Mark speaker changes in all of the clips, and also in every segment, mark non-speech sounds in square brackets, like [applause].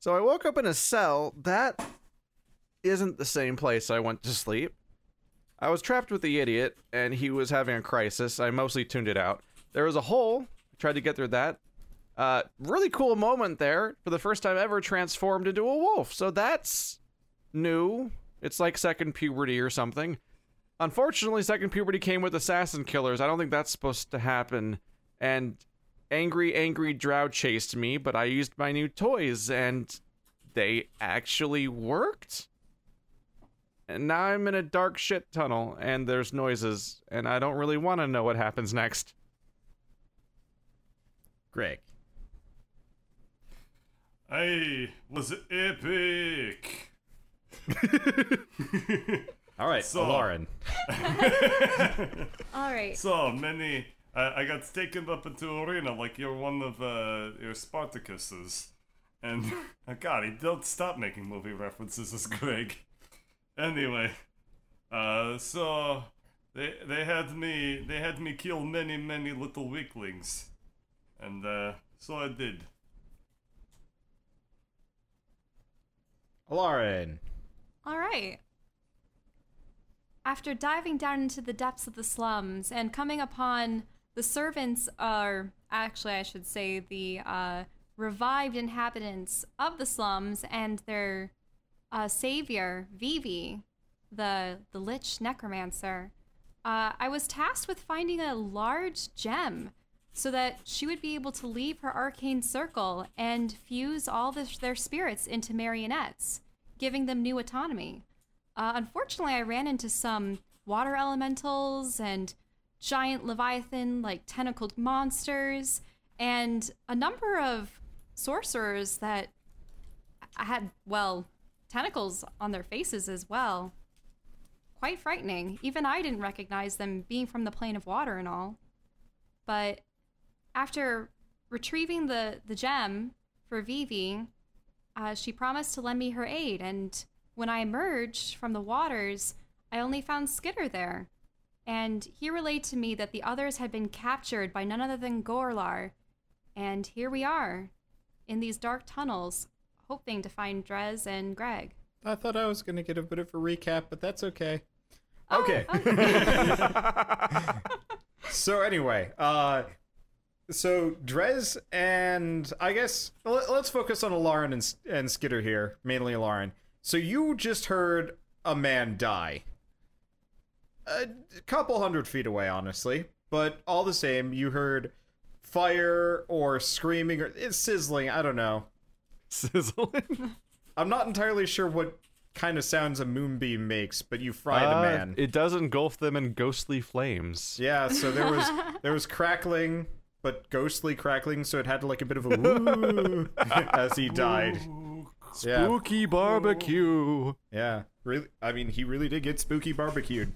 Speaker 1: So I woke up in a cell that isn't the same place I went to sleep. I was trapped with the idiot, and he was having a crisis. I mostly tuned it out. There was a hole. I tried to get through that. Uh, really cool moment there. For the first time ever, transformed into a wolf. So that's new. It's like second puberty or something. Unfortunately, second puberty came with assassin killers. I don't think that's supposed to happen. And angry, angry drow chased me, but I used my new toys, and they actually worked. And now I'm in a dark shit tunnel, and there's noises, and I don't really want to know what happens next. [laughs]
Speaker 2: Greg.
Speaker 3: I was epic.
Speaker 2: All right,
Speaker 3: So-
Speaker 2: Lauren.
Speaker 4: All right.
Speaker 3: So many. I, I got taken up into arena like you're one of uh, your Spartacuses, and [laughs] oh God, he don't stop making movie references as Greg. Anyway, uh, so they they had me they had me kill many many little weaklings, and uh, so I did.
Speaker 2: Lauren.
Speaker 4: All right. After diving down into the depths of the slums and coming upon the servants, or actually, I should say, the uh, revived inhabitants of the slums and their uh, savior, Vivi, the, the Lich Necromancer, uh, I was tasked with finding a large gem so that she would be able to leave her arcane circle and fuse all this, their spirits into marionettes, giving them new autonomy. Uh, unfortunately, I ran into some water elementals and giant leviathan like tentacled monsters and a number of sorcerers that had, well, tentacles on their faces as well. Quite frightening. Even I didn't recognize them being from the plane of water and all. But after retrieving the, the gem for Vivi, uh, she promised to lend me her aid, and when I emerged from the waters, I only found Skitter there. And he relayed to me that the others had been captured by none other than Gorlar. And here we are, in these dark tunnels, hoping to find Drez and Greg.
Speaker 5: I thought I was going to get a bit of a recap, but that's okay.
Speaker 4: Oh,
Speaker 2: Okay. [laughs] so anyway, uh so Drez and I guess let, us focus on Lauren and S- and Skitter here, mainly Lauren. So you just heard a man die. A couple hundred feet away, honestly, but all the same, you heard fire or screaming or it's sizzling, I don't know.
Speaker 1: Sizzling.
Speaker 2: I'm not entirely sure what kind of sounds a moonbeam makes, but you fried a man.
Speaker 1: Uh, It does engulf them in ghostly flames.
Speaker 2: Yeah, so there was there was crackling, but ghostly crackling, so it had like a bit of a woo [laughs] as he died. Yeah,
Speaker 1: Spooky barbecue.
Speaker 2: yeah. Really, I mean, he really did get spooky barbecued.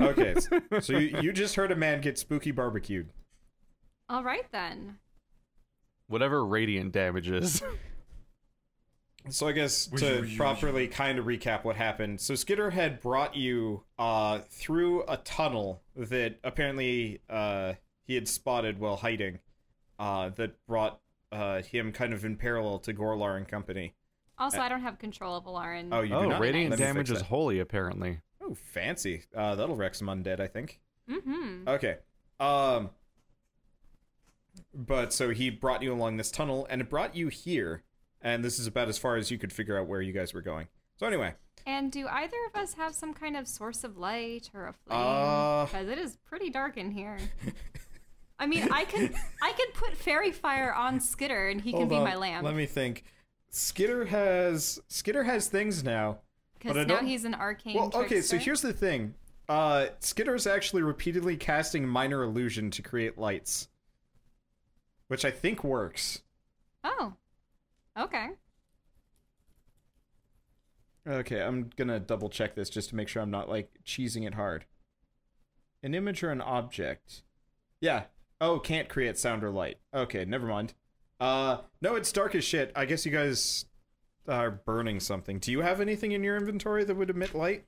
Speaker 2: Okay, s- so you, you just heard a man get spooky barbecued.
Speaker 4: all right then.
Speaker 1: Whatever radiant damage [laughs] is.
Speaker 2: So I guess to properly kind of recap what happened. So Skitter had brought you uh, through a tunnel that apparently uh, he had spotted while hiding, uh, that brought uh, him kind of in parallel to Gorlar and company.
Speaker 4: Also, I don't have control of Alarin.
Speaker 2: Uh, Oh, you do
Speaker 1: oh,
Speaker 2: not.
Speaker 1: radiant
Speaker 2: Let me
Speaker 1: damage
Speaker 2: fix
Speaker 1: is
Speaker 2: that.
Speaker 1: holy, apparently.
Speaker 2: Oh, fancy. Uh, that'll wreck some undead, I think.
Speaker 4: Mm-hmm.
Speaker 2: Okay. Um. But so he brought you along this tunnel, and it brought you here, and this is about as far as you could figure out where you guys were going. So anyway.
Speaker 4: And do either of us have some kind of source of light or a flame?
Speaker 2: Uh.
Speaker 4: Because it is pretty dark
Speaker 2: [laughs]
Speaker 4: in here. I mean, I could I could put fairy fire on Skitter and he can
Speaker 2: Hold
Speaker 4: be
Speaker 2: on,
Speaker 4: my lamp.
Speaker 2: Let me think. Skitter has Skitter has things now.
Speaker 4: Because
Speaker 2: but I
Speaker 4: now
Speaker 2: don't-
Speaker 4: he's an arcane.
Speaker 2: Well, okay, so
Speaker 4: trickster.
Speaker 2: here's the thing. Uh Skitter's actually repeatedly casting minor illusion to create lights. Which I think works.
Speaker 4: Oh, okay.
Speaker 2: Okay, I'm gonna double check this just to make sure I'm not like cheesing it hard. An image or an object. Yeah. Oh, can't create sound or light. Okay, never mind. Uh no, it's dark as shit. I guess you guys are burning something. Do you have anything in your inventory that would emit light?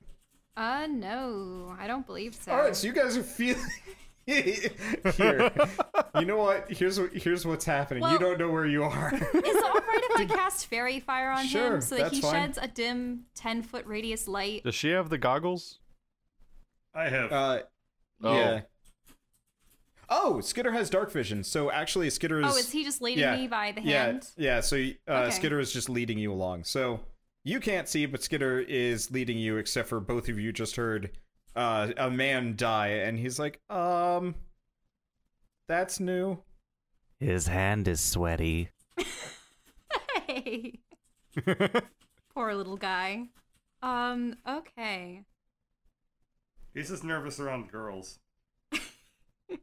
Speaker 4: Uh, no, I don't believe so.
Speaker 2: All right, so you guys are feeling [laughs]
Speaker 4: [laughs]
Speaker 2: Here, you know what? Here's what. Here's what's happening. you
Speaker 4: Well-
Speaker 2: don't know where you
Speaker 4: [laughs]
Speaker 2: are. [laughs]
Speaker 4: Is it alright if I cast fairy fire on
Speaker 2: Sure,
Speaker 4: him so that
Speaker 2: that's
Speaker 4: he
Speaker 2: fine.
Speaker 4: sheds a dim ten foot radius light?
Speaker 6: Does she have the goggles?
Speaker 3: I have.
Speaker 2: uh,
Speaker 6: Oh.
Speaker 2: yeah. Oh, Skitter has dark vision, so actually Skitter is.
Speaker 4: Oh, is he just leading
Speaker 2: yeah,
Speaker 4: me by the
Speaker 2: yeah,
Speaker 4: hand?
Speaker 2: Yeah, so uh,
Speaker 4: Okay.
Speaker 2: Skitter is just leading you along. So you can't see, but Skitter is leading you, except for both of you just heard uh, a man die, and he's like, um, that's new.
Speaker 1: His hand is sweaty. [laughs]
Speaker 4: Hey. Poor little guy. Um, okay.
Speaker 3: He's just nervous around girls.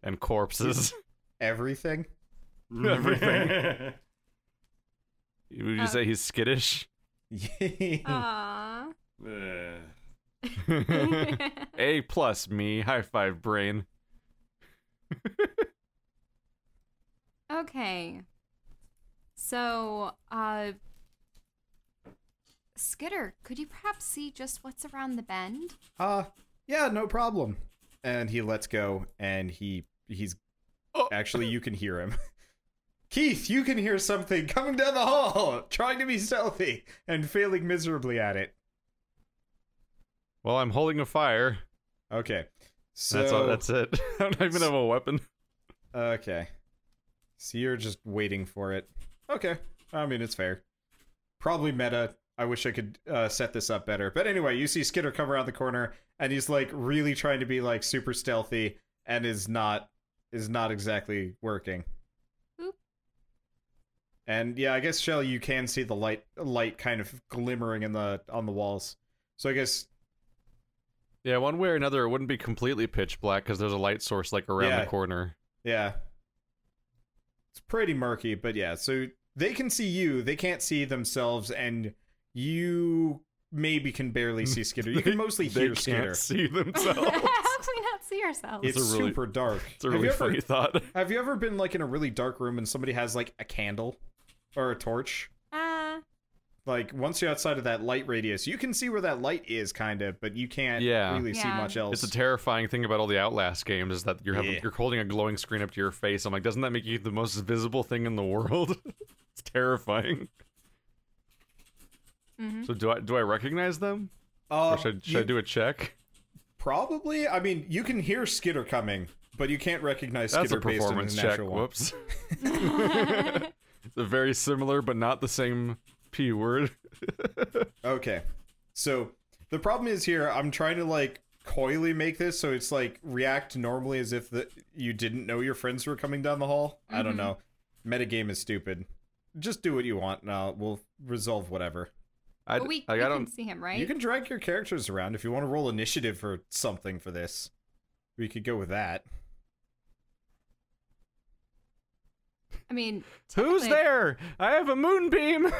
Speaker 1: And corpses.
Speaker 2: Everything. [laughs]
Speaker 3: Everything.
Speaker 1: Would
Speaker 3: [laughs]
Speaker 1: you
Speaker 2: Oh.
Speaker 4: Uh,
Speaker 1: say he's
Speaker 2: [laughs]
Speaker 1: skittish? Hmm.
Speaker 4: Aww.
Speaker 1: A plus me. High five, brain.
Speaker 4: [laughs] okay. So, uh, Skitter, could you perhaps see just what's around
Speaker 1: [laughs]
Speaker 4: the bend?
Speaker 2: uh, yeah, no problem. And he lets go, and he he's actually you can hear him. [laughs] Keith, you can hear something coming down the hall, trying to be stealthy and failing miserably at it.
Speaker 1: Well, I'm holding a fire.
Speaker 2: Okay, so
Speaker 1: that's all, that's it. [laughs] I don't even have a weapon.
Speaker 2: Okay. So you're just waiting for it. Okay. I mean, it's fair. Probably meta. I wish I could uh, set this up better. But anyway, you see Skitter come around the corner, and he's like really trying to be like super stealthy, and is not is not exactly working.
Speaker 4: Oop.
Speaker 2: And yeah, I guess Shell, you can see the light light kind of glimmering in the on the walls. So I guess
Speaker 1: Yeah, one way or another, it wouldn't be completely pitch black because there's a light source like around
Speaker 2: Yeah.
Speaker 1: the corner.
Speaker 2: Yeah. It's pretty murky, but yeah. So they can see you, they can't see themselves, and you maybe can barely
Speaker 1: [laughs]
Speaker 2: see Skitter. You can mostly
Speaker 1: they
Speaker 2: hear
Speaker 1: can't
Speaker 2: Skitter.
Speaker 1: see
Speaker 4: [laughs] How
Speaker 1: themselves.
Speaker 4: can
Speaker 2: [laughs]
Speaker 4: we not see ourselves?
Speaker 2: It's
Speaker 1: a really-
Speaker 2: super dark.
Speaker 1: it's a really
Speaker 2: have, you
Speaker 1: funny
Speaker 2: ever,
Speaker 1: thought.
Speaker 2: have you ever been like in a really dark room and somebody has like a candle or a torch?
Speaker 4: Ah,
Speaker 2: Like once you're outside of that light radius, you can see where that light is, kind of, but you can't
Speaker 1: Yeah.
Speaker 2: really see
Speaker 4: Yeah.
Speaker 2: much else.
Speaker 1: It's a terrifying thing about all the Outlast games is that you're having,
Speaker 2: Yeah.
Speaker 1: you're holding a glowing screen up to your face. I'm like, doesn't that make you the most visible thing in the world? [laughs] it's terrifying.
Speaker 2: Mm-hmm.
Speaker 1: So do I do I recognize them?
Speaker 2: Uh,
Speaker 1: Or should, should I
Speaker 2: you-
Speaker 1: do a check?
Speaker 2: Probably. I mean, you can hear Skitter coming, but you can't recognize
Speaker 1: That's
Speaker 2: Skitter
Speaker 1: a performance
Speaker 2: based on
Speaker 1: check.
Speaker 2: his natural one.
Speaker 1: Whoops.
Speaker 2: [laughs]
Speaker 4: [laughs]
Speaker 1: it's a very similar but not the same p word.
Speaker 2: Okay. So the problem is here, I'm trying to like coyly make this so it's like react normally as if the, you didn't know your friends were coming down the hall. I
Speaker 4: Mm-hmm.
Speaker 2: don't know. Metagame is stupid. Just do what you want and I'll, we'll resolve whatever.
Speaker 1: I,
Speaker 4: but we,
Speaker 1: like,
Speaker 4: we
Speaker 1: I
Speaker 4: can
Speaker 1: don't.
Speaker 4: see him, right?
Speaker 2: You can drag your characters around if you want to roll initiative or something for this. We could go with that.
Speaker 4: I mean,
Speaker 1: Who's
Speaker 4: technically- [laughs]
Speaker 1: there? [laughs] I have a moonbeam. [laughs]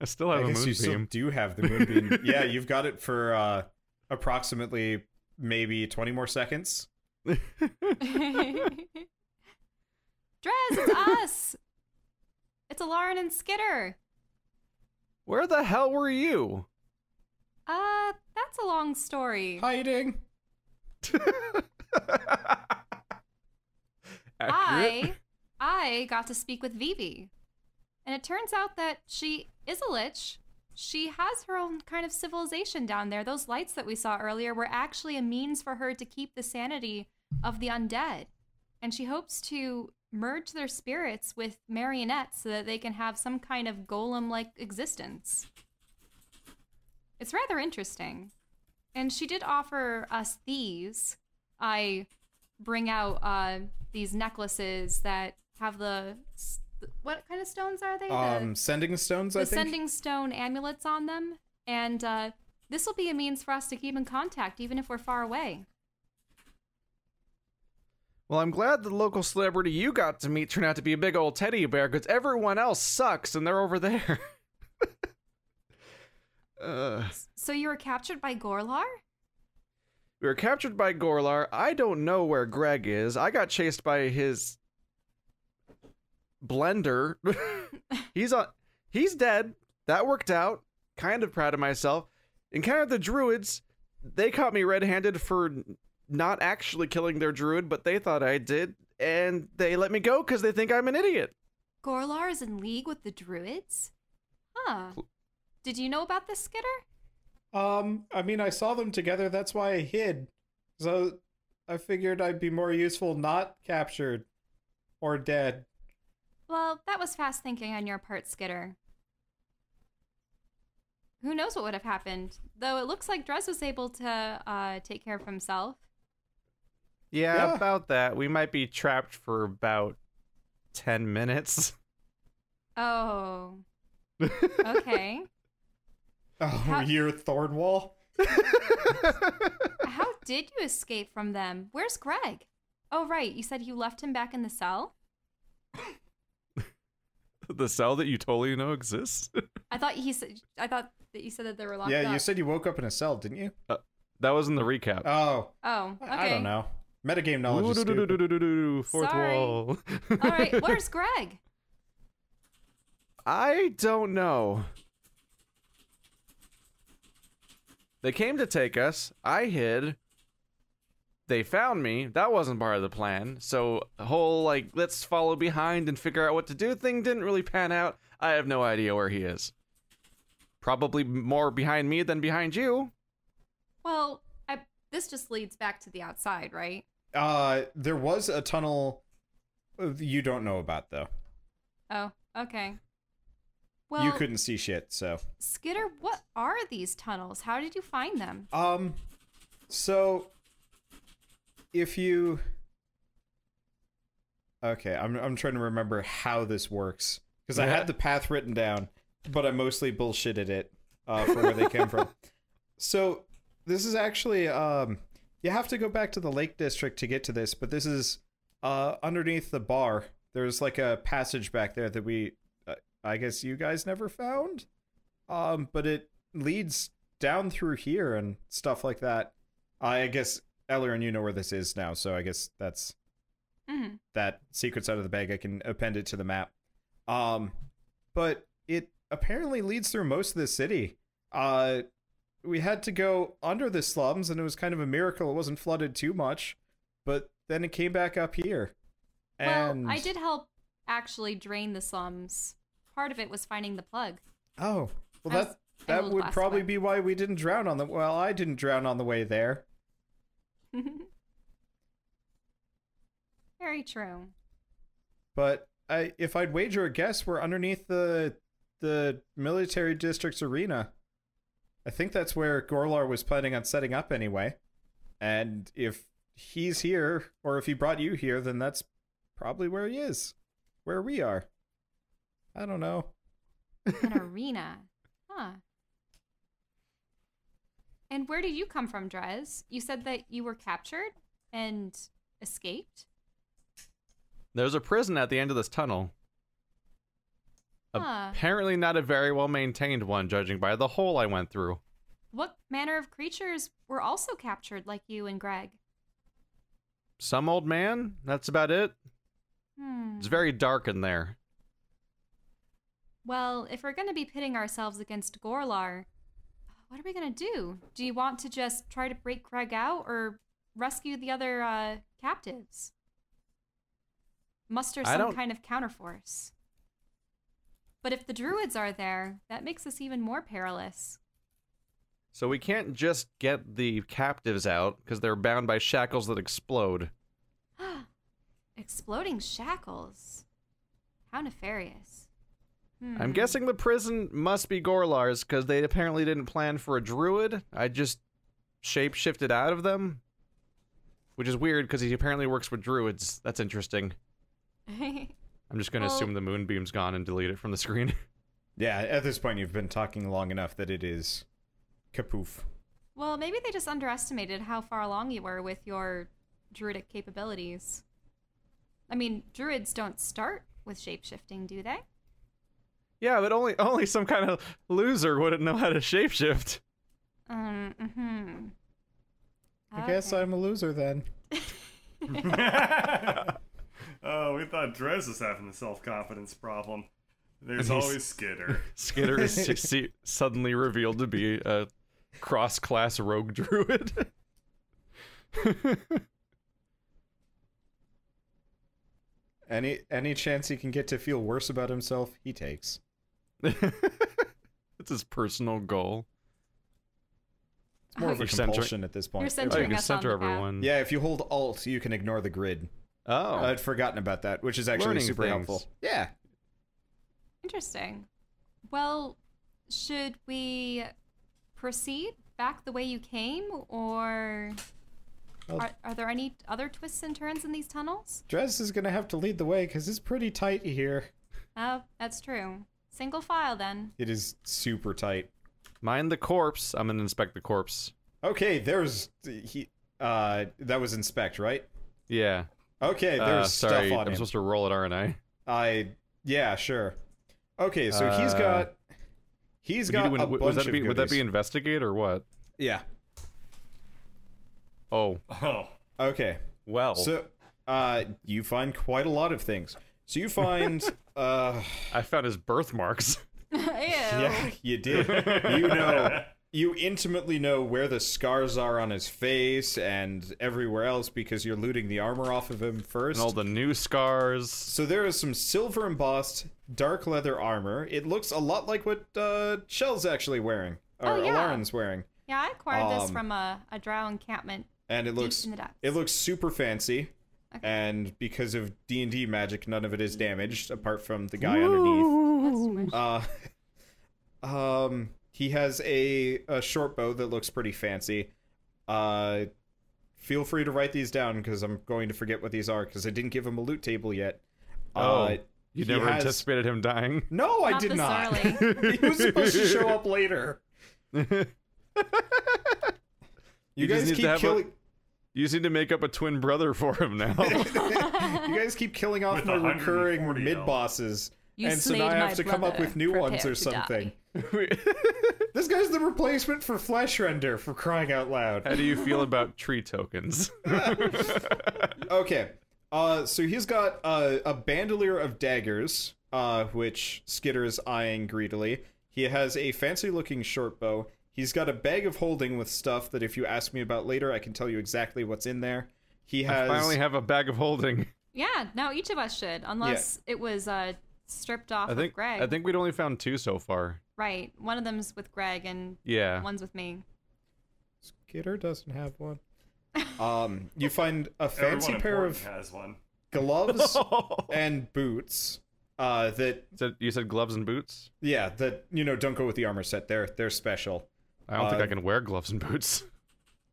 Speaker 1: I still have
Speaker 2: I
Speaker 1: a
Speaker 2: guess you still
Speaker 1: moonbeam.
Speaker 2: do have the
Speaker 1: [laughs]
Speaker 2: moonbeam. yeah, you've got it for uh, approximately maybe 20 more seconds.
Speaker 4: Drez, it's us. It's Lauren and Skitter.
Speaker 1: [laughs] Where the hell were you? [laughs]
Speaker 4: Uh, that's a long story.
Speaker 2: Hiding.
Speaker 1: Accurate?
Speaker 4: I I got to speak with Vivi. And it turns out that she is a lich. She has her own kind of civilization down there. Those lights that we saw earlier were actually a means for her to keep the sanity of the undead. And she hopes to merge their spirits with marionettes so that they can have some kind of golem like existence. It's rather interesting. And she did offer us these. I bring out uh, these necklaces that have the s- what kind of stones are they? The-
Speaker 2: Um, sending stones,
Speaker 4: uh, the
Speaker 2: I think.
Speaker 4: sending stone amulets on them, and uh, this will be a means for us to keep in contact, even if we're far away.
Speaker 1: Well, I'm glad the local celebrity you got to meet turned out to be a big old teddy bear because everyone else sucks and they're over there. [laughs] uh,
Speaker 4: So you were captured by Gorlar?
Speaker 1: we were captured by Gorlar. I don't know where Greg is. I got chased by his blender. [laughs] he's on. He's dead. That worked out. Kind of proud of myself. Encountered the druids. They caught me red-handed for not actually killing their druid, but they thought I did, and they let me go because they think I'm an idiot.
Speaker 4: Gorlar is in league with the druids? Huh.
Speaker 1: Cl-
Speaker 4: Did you know about this, Skitter?
Speaker 5: Um, I mean, I saw them together. That's why I hid. So I figured I'd be more useful not captured or
Speaker 2: [laughs]
Speaker 5: dead.
Speaker 4: Well, that was fast thinking on your part, Skitter. Who knows what would have happened? Though it looks like Drez was able to uh, take care of himself.
Speaker 1: Yeah,
Speaker 5: Yeah.
Speaker 1: about that. We might be trapped for about 10 minutes. [laughs]
Speaker 4: Oh.
Speaker 2: [laughs]
Speaker 4: Okay.
Speaker 5: Oh,
Speaker 4: How-
Speaker 5: you're Thornwall.
Speaker 4: How did you escape from them? Where's Greg? Oh, right. You said you left him back in the cell?
Speaker 1: the cell that you totally know exists?
Speaker 4: I thought he said. I thought that you said that they were locked
Speaker 2: Yeah,
Speaker 4: up.
Speaker 2: you said you woke up in a cell, didn't you?
Speaker 1: that was in the recap.
Speaker 2: Oh,
Speaker 4: Oh, okay.
Speaker 2: I I don't know. Metagame knowledge is stupid.
Speaker 1: Ooh-doo-doo-doo-doo-doo-doo, Fourth
Speaker 4: Sorry.
Speaker 1: wall.
Speaker 4: All
Speaker 2: [laughs]
Speaker 4: right. Where's Greg?
Speaker 1: I don't know. They came to take us. I hid. They found me. That wasn't part of the plan. So the whole like let's follow behind and figure out what to do thing didn't really pan out. I have no idea where he is. Probably more behind me than behind you.
Speaker 4: Well, I, this just leads back to the outside, right?
Speaker 2: Uh, there was a tunnel uh, you don't know about though.
Speaker 4: Oh, okay. Well,
Speaker 2: you couldn't see shit, so.
Speaker 4: Skitter, what are these tunnels? How did you find them?
Speaker 2: Um, so if you, okay, I'm I'm trying to remember how this works because I had the path written down, but I mostly bullshitted it uh, for where they came from. So this is actually um, you have to go back to the Lake District to get to this, but this is uh underneath the bar. There's like a passage back there that we, uh, I guess you guys never found, um, but it leads down through here and stuff like that. I guess Eller and you know where this is now, so I guess that's
Speaker 4: hmm
Speaker 2: that secret's out of the bag. I can append it to the map. Um, but it apparently leads through most of the city. Uh, we had to go under the slums, and it was kind of a miracle it wasn't flooded too much. But then it came back up here. And
Speaker 4: Well, I did help actually drain the slums. Part of it was finding the plug. [laughs]
Speaker 2: Oh, well,
Speaker 4: I
Speaker 2: that
Speaker 4: was
Speaker 2: that
Speaker 4: enabled
Speaker 2: would
Speaker 4: last
Speaker 2: probably
Speaker 4: time.
Speaker 2: be why we didn't drown on the. Well, I didn't drown on the way there.
Speaker 4: Very true.
Speaker 2: but I, if I'd wager a guess, we're underneath the the military district's arena. I think that's where Gorlar was planning on setting up anyway. And if he's here, or if he brought you here, then that's probably where he is, where we are. I don't know.
Speaker 4: An arena. Huh. And where did you come from, Drez? You said that you were captured and escaped?
Speaker 1: There's a prison at the end of this tunnel.
Speaker 4: Huh.
Speaker 1: Apparently not a very well maintained one, judging by the hole I went through.
Speaker 4: What manner of creatures were also captured, like you and Greg?
Speaker 1: Some old man. That's about it.
Speaker 4: Hmm.
Speaker 1: It's very dark in there.
Speaker 4: Well, if we're going to be pitting ourselves against Gorlar, what are we going to do? Do you want to just try to break Greg out or rescue the other uh, captives? Muster
Speaker 1: I
Speaker 4: some
Speaker 1: don't-
Speaker 4: kind of counterforce. But if the druids are there, that makes us even more perilous. [gasps]
Speaker 1: So we can't just get the captives out because they're bound by shackles that explode.
Speaker 4: Exploding shackles. How nefarious. Hmm.
Speaker 1: I'm guessing the prison must be Gorlar's because they apparently didn't plan for a druid. I just shape shifted out of them, which is weird because he apparently works with druids. That's interesting.
Speaker 4: Hmm. [laughs]
Speaker 1: I'm just going to
Speaker 4: Well-
Speaker 1: assume the moonbeam's gone and delete it from the screen. [laughs]
Speaker 2: Yeah, at this point, you've been talking long enough that it is kapoof.
Speaker 4: well, maybe they just underestimated how far along you were with your druidic capabilities. I mean, druids don't start with shapeshifting, do they?
Speaker 1: yeah, but only only some kind of loser wouldn't know how to shapeshift.
Speaker 4: Um, mhm.
Speaker 5: I guess
Speaker 4: Okay.
Speaker 5: I'm a loser then.
Speaker 3: [laughs] oh, we thought Drez was having a self confidence problem. There's
Speaker 1: He's-
Speaker 3: always Skitter.
Speaker 1: Skitter is su- su- suddenly revealed to be a cross class rogue druid.
Speaker 2: Any any chance he can get to feel worse about himself, he takes.
Speaker 1: [laughs] it's his personal goal.
Speaker 2: It's more of a
Speaker 1: You're centering-
Speaker 2: compulsion at this
Speaker 4: You're
Speaker 2: point.
Speaker 1: Oh, you
Speaker 4: centering
Speaker 1: can
Speaker 4: us
Speaker 1: center
Speaker 4: on the path.
Speaker 1: everyone.
Speaker 2: Yeah, if you hold Alt, you can ignore the grid. Uh,
Speaker 1: Oh.
Speaker 2: I'd forgotten about that, which is actually
Speaker 1: Learning
Speaker 2: super
Speaker 1: things.
Speaker 2: helpful. Yeah.
Speaker 4: Interesting. Well, should we proceed back the way you came, or
Speaker 5: Well-
Speaker 4: are, are there any other twists and turns in these tunnels?
Speaker 5: Drez is gonna have to lead the way because it's pretty tight here.
Speaker 4: Oh, that's true. Single file then.
Speaker 2: It is super tight.
Speaker 1: Mind the corpse. I'm gonna inspect the corpse.
Speaker 2: Okay, there's he uh that was inspect, right?
Speaker 1: Yeah.
Speaker 2: Okay, there's
Speaker 1: Uh, sorry,
Speaker 2: stuff
Speaker 1: I'm
Speaker 2: on him.
Speaker 1: supposed to roll it, aren't I?
Speaker 2: I yeah, sure. Okay, so he's
Speaker 1: Uh,
Speaker 2: got he's
Speaker 1: Would
Speaker 2: got
Speaker 1: you do an-
Speaker 2: a
Speaker 1: would-
Speaker 2: bunch
Speaker 1: would that
Speaker 2: of
Speaker 1: be would that be
Speaker 2: goodies.
Speaker 1: investigate or what?
Speaker 2: Yeah.
Speaker 1: [laughs] Oh
Speaker 3: Oh,
Speaker 2: Okay.
Speaker 1: well.
Speaker 2: So uh you find quite a lot of things. So
Speaker 1: [laughs]
Speaker 2: you find uh
Speaker 1: I found his birthmarks.
Speaker 4: Ew.
Speaker 2: Yeah, [laughs] you did.
Speaker 4: [laughs]
Speaker 2: You know, you intimately know where the scars are on his face and everywhere else because you're looting the armor off of him first.
Speaker 1: and all the new scars.
Speaker 2: so there is some silver embossed dark leather armor. It looks a lot like what uh, Shell's actually wearing, or
Speaker 4: Oh, yeah.
Speaker 2: Alarin's wearing,
Speaker 4: Yeah, I acquired this
Speaker 2: Um,
Speaker 4: from a, a drow encampment.
Speaker 2: and it looks
Speaker 4: in the depths.
Speaker 2: it looks super fancy.
Speaker 4: Okay. Mm.
Speaker 2: And because of D and D magic, none of it is damaged apart from the guy underneath.
Speaker 4: That's too much.
Speaker 2: Uh, [laughs] um, he has a, a short bow that looks pretty fancy. Uh, feel free to write these down because I'm going to forget what these are because I didn't give him a loot table yet.
Speaker 1: Oh,
Speaker 2: uh,
Speaker 1: you
Speaker 2: he
Speaker 1: never
Speaker 2: has-
Speaker 1: anticipated him dying.
Speaker 2: No, I
Speaker 4: Not
Speaker 2: did
Speaker 4: this
Speaker 2: not.
Speaker 1: [laughs]
Speaker 4: early.
Speaker 2: [laughs] he was supposed to show up later. You,
Speaker 1: just
Speaker 2: guys
Speaker 1: need to
Speaker 2: keep
Speaker 1: have a-
Speaker 4: [laughs]
Speaker 2: killing.
Speaker 1: [laughs] You just need to make up a twin brother for him
Speaker 2: [laughs]
Speaker 1: now.
Speaker 2: You guys keep killing off
Speaker 3: With
Speaker 2: my recurring
Speaker 3: 140
Speaker 2: mid bosses,
Speaker 4: You
Speaker 2: and so now
Speaker 4: slayed
Speaker 2: I
Speaker 4: my
Speaker 2: have to come up
Speaker 4: brother.
Speaker 2: with new ones
Speaker 4: Prepare
Speaker 2: or
Speaker 4: to
Speaker 2: something.
Speaker 4: die.
Speaker 2: This guy's the replacement for Flesh Render for crying out loud.
Speaker 1: How do you feel about tree tokens?
Speaker 2: Okay. Uh, so he's got uh, a bandolier of daggers, uh, which Skitter is eyeing greedily. He has a fancy looking short bow. He's got a bag of holding with stuff that if you ask me about later, I can tell you exactly what's in there. He has.
Speaker 1: [laughs] I only have a bag of holding.
Speaker 4: Yeah, no, each of us should, unless it was uh, stripped off
Speaker 1: I think
Speaker 4: of Greg.
Speaker 1: I think we'd only found two so far.
Speaker 4: Right. One of them's with Greg and
Speaker 1: Yeah.
Speaker 2: [laughs]
Speaker 4: one's with me.
Speaker 5: Kidder doesn't have one.
Speaker 2: um, you find a fancy
Speaker 3: everyone
Speaker 2: pair
Speaker 3: important
Speaker 2: of
Speaker 3: has one.
Speaker 2: gloves
Speaker 1: [laughs]
Speaker 2: and boots. Uh, that
Speaker 1: So you said gloves and boots.
Speaker 2: yeah, that you know don't go with the armor set. They're they're special.
Speaker 1: I don't think
Speaker 2: Uh,
Speaker 1: I can wear gloves and boots.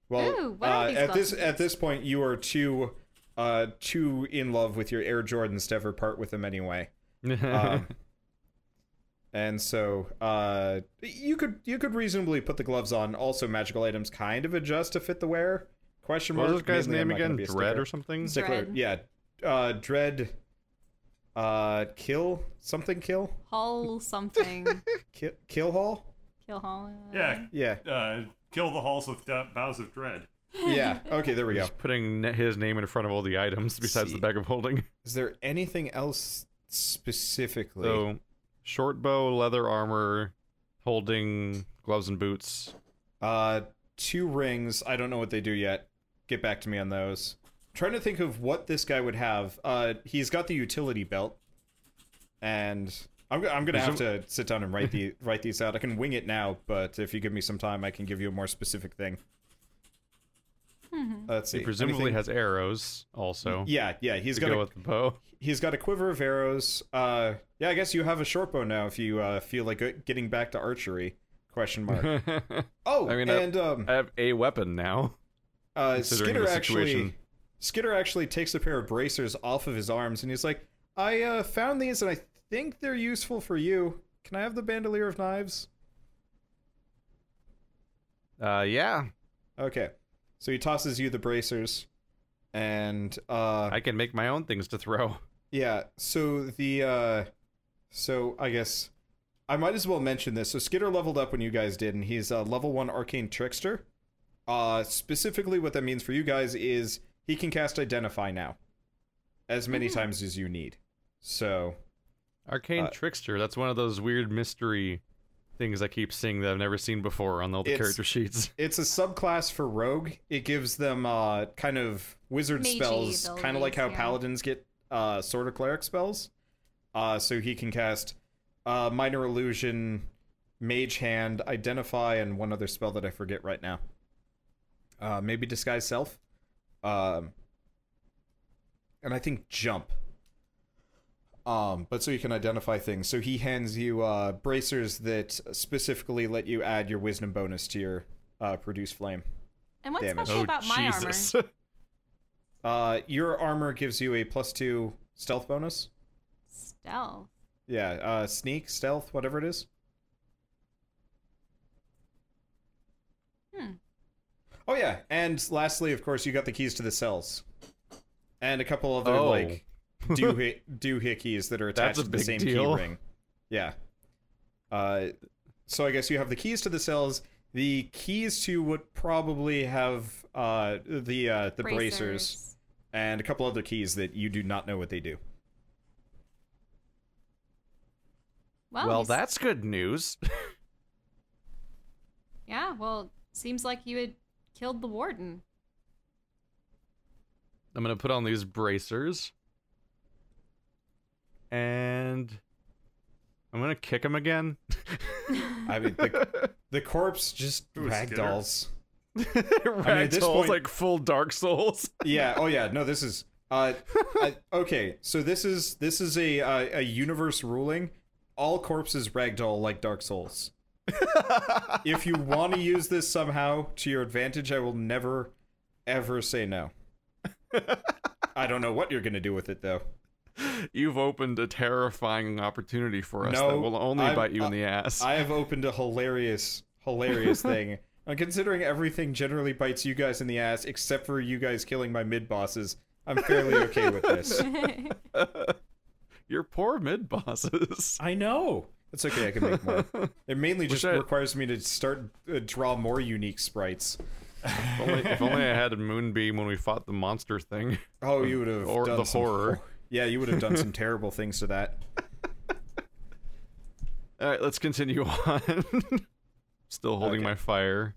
Speaker 2: Well,
Speaker 4: Ooh, what
Speaker 2: uh,
Speaker 4: are Oh, these
Speaker 2: at this
Speaker 4: buttons?
Speaker 2: at this point, you are too uh, too in love with your Air Jordans to ever part with
Speaker 1: [laughs]
Speaker 2: them anyway. Um, and so uh, you could you could reasonably put the gloves on. Also, magical items kind of adjust to fit the wearer. Question
Speaker 1: what
Speaker 2: mark.
Speaker 1: was this guy's
Speaker 2: Mainly, I'm
Speaker 1: name
Speaker 2: not gonna
Speaker 1: again?
Speaker 2: be a
Speaker 1: Dread
Speaker 2: stickler.
Speaker 1: or something?
Speaker 4: Dread.
Speaker 2: Stickler, Yeah, uh, dread. Uh, kill something. Kill
Speaker 1: [laughs]
Speaker 4: Hull something.
Speaker 2: kill kill hall.
Speaker 4: Kill Hull.
Speaker 3: Yeah,
Speaker 2: Yeah,
Speaker 3: uh, kill the halls with da- bows of dread.
Speaker 4: [laughs]
Speaker 2: yeah. Okay, there we go.
Speaker 1: Just putting ne- his name in front of all the items besides
Speaker 2: See.
Speaker 1: the bag of holding.
Speaker 2: Is there anything else specifically?
Speaker 1: So, short bow, leather armor, holding gloves and boots.
Speaker 2: Uh, two rings. I don't know what they do yet. Get back to me on those. trying to think of what this guy would have. Uh, he's got the utility belt, and I'm go- I'm gonna have to sit down and write the write these out. I can wing it now, but if you give me some time, I can give you a more specific thing. Let's see.
Speaker 1: He presumably
Speaker 2: anything-
Speaker 1: has arrows also.
Speaker 2: Yeah, yeah. He's
Speaker 1: to
Speaker 2: got
Speaker 1: go
Speaker 2: a,
Speaker 1: with the bow. [laughs]
Speaker 2: he's got a quiver of arrows. Uh, yeah. I guess you have a short bow now. If you uh, feel like it- getting back to archery.
Speaker 1: [laughs]
Speaker 2: Question mark. Oh,
Speaker 1: I mean, uh, I-
Speaker 2: and um,
Speaker 1: I have a weapon now.
Speaker 2: uh,
Speaker 1: considering
Speaker 2: Skitter
Speaker 1: the
Speaker 2: actually
Speaker 1: situation.
Speaker 2: Skitter actually takes a pair of bracers off of his arms and he's like, "I uh, found these and I think they're useful for you. Can I have the bandolier of knives?"
Speaker 1: Uh, yeah,
Speaker 2: Okay, so he tosses you the bracers, and uh,
Speaker 1: I can make my own things to throw.
Speaker 2: Yeah, so the uh so I guess I might as well mention this. So Skitter leveled up when you guys did, and he's a level one arcane trickster. Uh specifically what that means for you guys is he can cast identify now. As many times as you need. So
Speaker 1: Arcane
Speaker 2: Uh,
Speaker 1: trickster. That's one of those weird mystery things I keep seeing that I've never seen before on all the
Speaker 2: It's-
Speaker 1: character [laughs] sheets.
Speaker 2: It's a subclass for rogue. It gives them uh, kind of wizard
Speaker 4: Mage-y
Speaker 2: spells, kind of like
Speaker 4: abilities,
Speaker 2: how
Speaker 4: yeah.
Speaker 2: paladins get uh, sword or cleric spells. Uh, so he can cast uh, minor illusion, mage hand, identify, and one other spell that I forget right now. Uh, maybe disguise self, um, and I think jump. Um, but so you can identify things. So he hands you uh, bracers that specifically let you add your wisdom bonus to your uh, produce flame.
Speaker 4: And what's
Speaker 2: Damage.
Speaker 1: Oh,
Speaker 4: special about my
Speaker 1: [laughs]
Speaker 4: armor?
Speaker 2: Uh, your armor gives you a plus two stealth bonus.
Speaker 1: [laughs]
Speaker 4: Stealth.
Speaker 2: Yeah, uh, sneak, stealth, whatever it is.
Speaker 4: Hmm.
Speaker 2: Oh yeah, and lastly, of course, you got the keys to the cells, and a couple other
Speaker 1: Oh.
Speaker 2: like
Speaker 1: [laughs]
Speaker 2: doohi- doohickeys that are attached
Speaker 1: That's a
Speaker 2: to the
Speaker 1: big
Speaker 2: same
Speaker 1: deal.
Speaker 2: key ring. Yeah. Uh, so I guess you have the keys to the cells, the keys to what probably have uh, the uh, the bracers and a couple other keys that you do not know what they do.
Speaker 4: Well,
Speaker 1: well,
Speaker 4: you s-
Speaker 1: that's good news.
Speaker 4: yeah. Well, seems like you had killed
Speaker 1: [laughs]
Speaker 4: the warden. [laughs]
Speaker 1: I'm gonna put on these bracers, and I'm gonna kick him [laughs] again.
Speaker 2: I mean, the, the corpse just
Speaker 3: Ooh, Skinner.
Speaker 2: ragdolls.
Speaker 1: Ragdoll's
Speaker 2: this point-
Speaker 1: like full Dark Souls.
Speaker 2: Yeah. Oh, yeah. No, this is. Uh, I, okay. So this is this is a uh, a universe ruling. All corpses ragdoll like Dark Souls. if you want to use this somehow to your advantage, I will never, ever say no. I don't know what you're gonna do with it though.
Speaker 1: You've opened a terrifying opportunity for us that
Speaker 2: No,
Speaker 1: will only
Speaker 2: I'm-
Speaker 1: bite you in
Speaker 2: I-
Speaker 1: the ass.
Speaker 2: I have opened a hilarious, [laughs] hilarious thing. And considering everything generally bites you guys in the ass, except for you guys killing my mid bosses, I'm fairly okay with this.
Speaker 1: Your poor mid
Speaker 2: [laughs]
Speaker 1: bosses.
Speaker 2: [laughs] I know. It's okay. I can make more. It mainly just
Speaker 1: I-
Speaker 2: requires me to start uh, draw more unique sprites.
Speaker 1: if, only, if only I had a moonbeam when we fought the monster thing.
Speaker 2: Oh, you would have
Speaker 1: Or
Speaker 2: done
Speaker 1: the
Speaker 2: some-
Speaker 1: horror.
Speaker 2: Yeah, you would have done some terrible things to that.
Speaker 1: All right, let's continue [laughs] on. still holding
Speaker 2: Okay.
Speaker 1: my fire,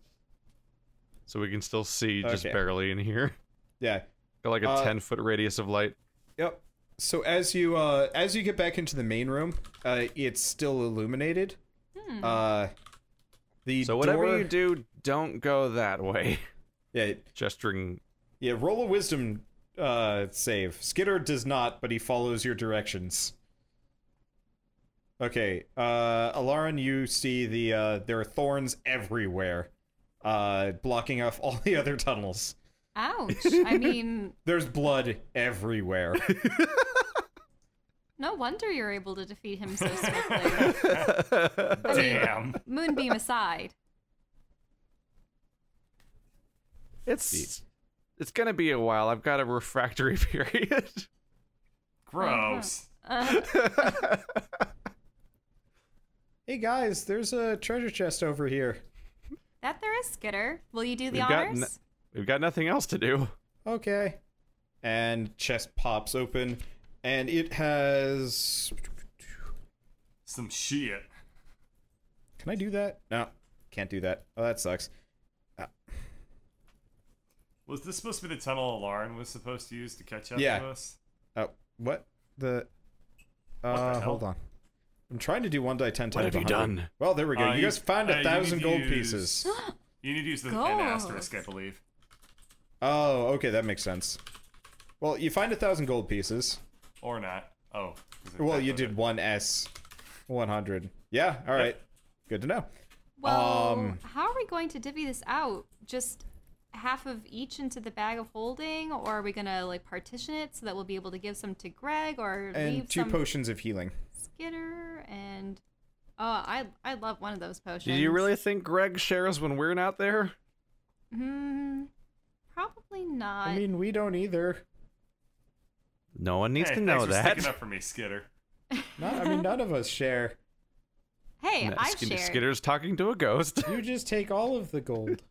Speaker 1: so we can still see just
Speaker 2: Okay.
Speaker 1: barely in here.
Speaker 2: Yeah.
Speaker 1: Got like a
Speaker 2: Uh,
Speaker 1: ten foot radius of light.
Speaker 2: Yep. So as you uh, as you get back into the main room, uh, it's still illuminated. Uh, the
Speaker 1: So whatever
Speaker 2: door-
Speaker 1: you do, don't go that way. [laughs]
Speaker 2: yeah, [laughs]
Speaker 1: Gesturing.
Speaker 2: Yeah, roll a wisdom uh save. Skitter does not, but he follows your directions. Okay, uh Alaran, you see the uh there are thorns everywhere, uh blocking off [laughs] all the other tunnels.
Speaker 4: Ouch. I mean,
Speaker 2: There's blood everywhere.
Speaker 4: no wonder you're able to defeat him so swiftly.
Speaker 1: [laughs]
Speaker 4: I mean,
Speaker 3: Damn.
Speaker 4: moonbeam aside.
Speaker 1: It's it's gonna be a while. I've got a refractory [laughs] period.
Speaker 3: Gross.
Speaker 4: Uh,
Speaker 2: hey guys, there's a treasure chest over here.
Speaker 4: that there is Skitter. Will you do the
Speaker 1: We've got
Speaker 4: honors?
Speaker 1: n- We've got nothing else to do.
Speaker 2: Okay. And chest pops open and it has
Speaker 3: Some shit.
Speaker 2: Can I do that? No, can't do that. Oh, that sucks.
Speaker 3: Was this supposed to be the tunnel Lauren was supposed to use to catch up
Speaker 2: Yeah.
Speaker 3: to us?
Speaker 2: Oh, what the? Uh,
Speaker 3: hell?
Speaker 2: hold on. I'm trying to do one die ten times.
Speaker 1: have you
Speaker 2: 100.
Speaker 1: done?
Speaker 2: Well, there we go.
Speaker 3: Uh,
Speaker 2: you
Speaker 3: you-
Speaker 2: guys found
Speaker 3: uh,
Speaker 2: a
Speaker 3: you
Speaker 2: thousand
Speaker 3: need to
Speaker 2: gold
Speaker 3: use-
Speaker 4: [gasps]
Speaker 2: pieces.
Speaker 3: You need to use the
Speaker 4: Gold.
Speaker 3: an asterisk, I believe.
Speaker 2: Oh, okay, that makes sense. Well, you find a thousand gold pieces.
Speaker 3: Or not. Oh.
Speaker 2: Well, you
Speaker 3: [laughs]
Speaker 2: did one S, one hundred. Yeah. All right. Good to know.
Speaker 4: well,
Speaker 2: um,
Speaker 4: how are we going to divvy this out? Just half of each into the bag of holding, or are we gonna like partition it so that we'll be able to give some to Greg or leave
Speaker 2: And two
Speaker 4: some
Speaker 2: potions of healing.
Speaker 4: Skitter? And oh, I I love one of those
Speaker 1: Do
Speaker 4: potions.
Speaker 1: you really think Greg shares when we're not there?
Speaker 4: Hmm. Probably not.
Speaker 5: I mean, we don't either.
Speaker 1: No one needs
Speaker 3: hey,
Speaker 1: to know
Speaker 3: thanks For
Speaker 1: that.
Speaker 3: sticking up for me, Skitter.
Speaker 1: [laughs]
Speaker 5: Not, I mean, none of us share.
Speaker 4: hey,
Speaker 1: No,
Speaker 4: I
Speaker 1: Skin-
Speaker 4: shared.
Speaker 1: Skitter's talking to a
Speaker 4: [laughs]
Speaker 1: ghost.
Speaker 5: You just take all of the gold.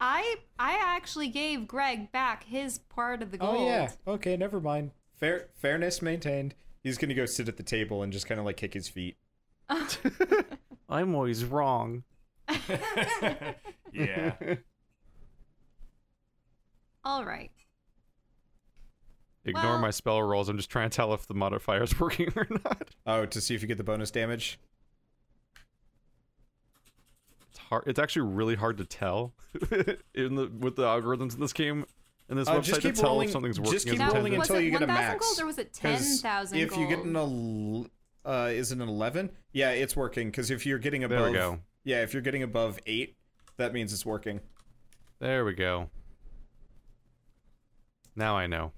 Speaker 4: I I actually gave Greg back his part of [laughs] the gold.
Speaker 5: Oh yeah. Okay, never mind.
Speaker 2: Fair fairness maintained. He's gonna go sit at the table and just kind of like kick his feet.
Speaker 1: I'm always wrong.
Speaker 3: yeah.
Speaker 4: [laughs]
Speaker 3: [laughs]
Speaker 4: All right.
Speaker 1: Ignore
Speaker 4: Well-
Speaker 1: my spell rolls. I'm just trying to tell if the modifier is [laughs] working or not.
Speaker 2: Oh, to see if you get the bonus damage.
Speaker 1: It's hard. It's actually really hard to tell [laughs] in the with the algorithms in this game and this
Speaker 2: Uh,
Speaker 1: website
Speaker 2: just
Speaker 1: to
Speaker 2: keep
Speaker 1: tell
Speaker 2: rolling-
Speaker 1: if something's
Speaker 2: just
Speaker 1: working.
Speaker 2: keep
Speaker 1: as
Speaker 4: Now,
Speaker 2: rolling
Speaker 1: intended.
Speaker 4: was
Speaker 2: until
Speaker 4: it
Speaker 2: you get a
Speaker 4: 1,000
Speaker 2: max,
Speaker 4: gold or was it
Speaker 2: 'Cause
Speaker 4: 10,000
Speaker 2: If you get an
Speaker 4: gold?
Speaker 2: el- uh, is it an eleven? Yeah, it's working. Because if you're getting above,
Speaker 1: There we go.
Speaker 2: yeah, if you're getting above eight, that means it's working.
Speaker 1: There we go. Now I know.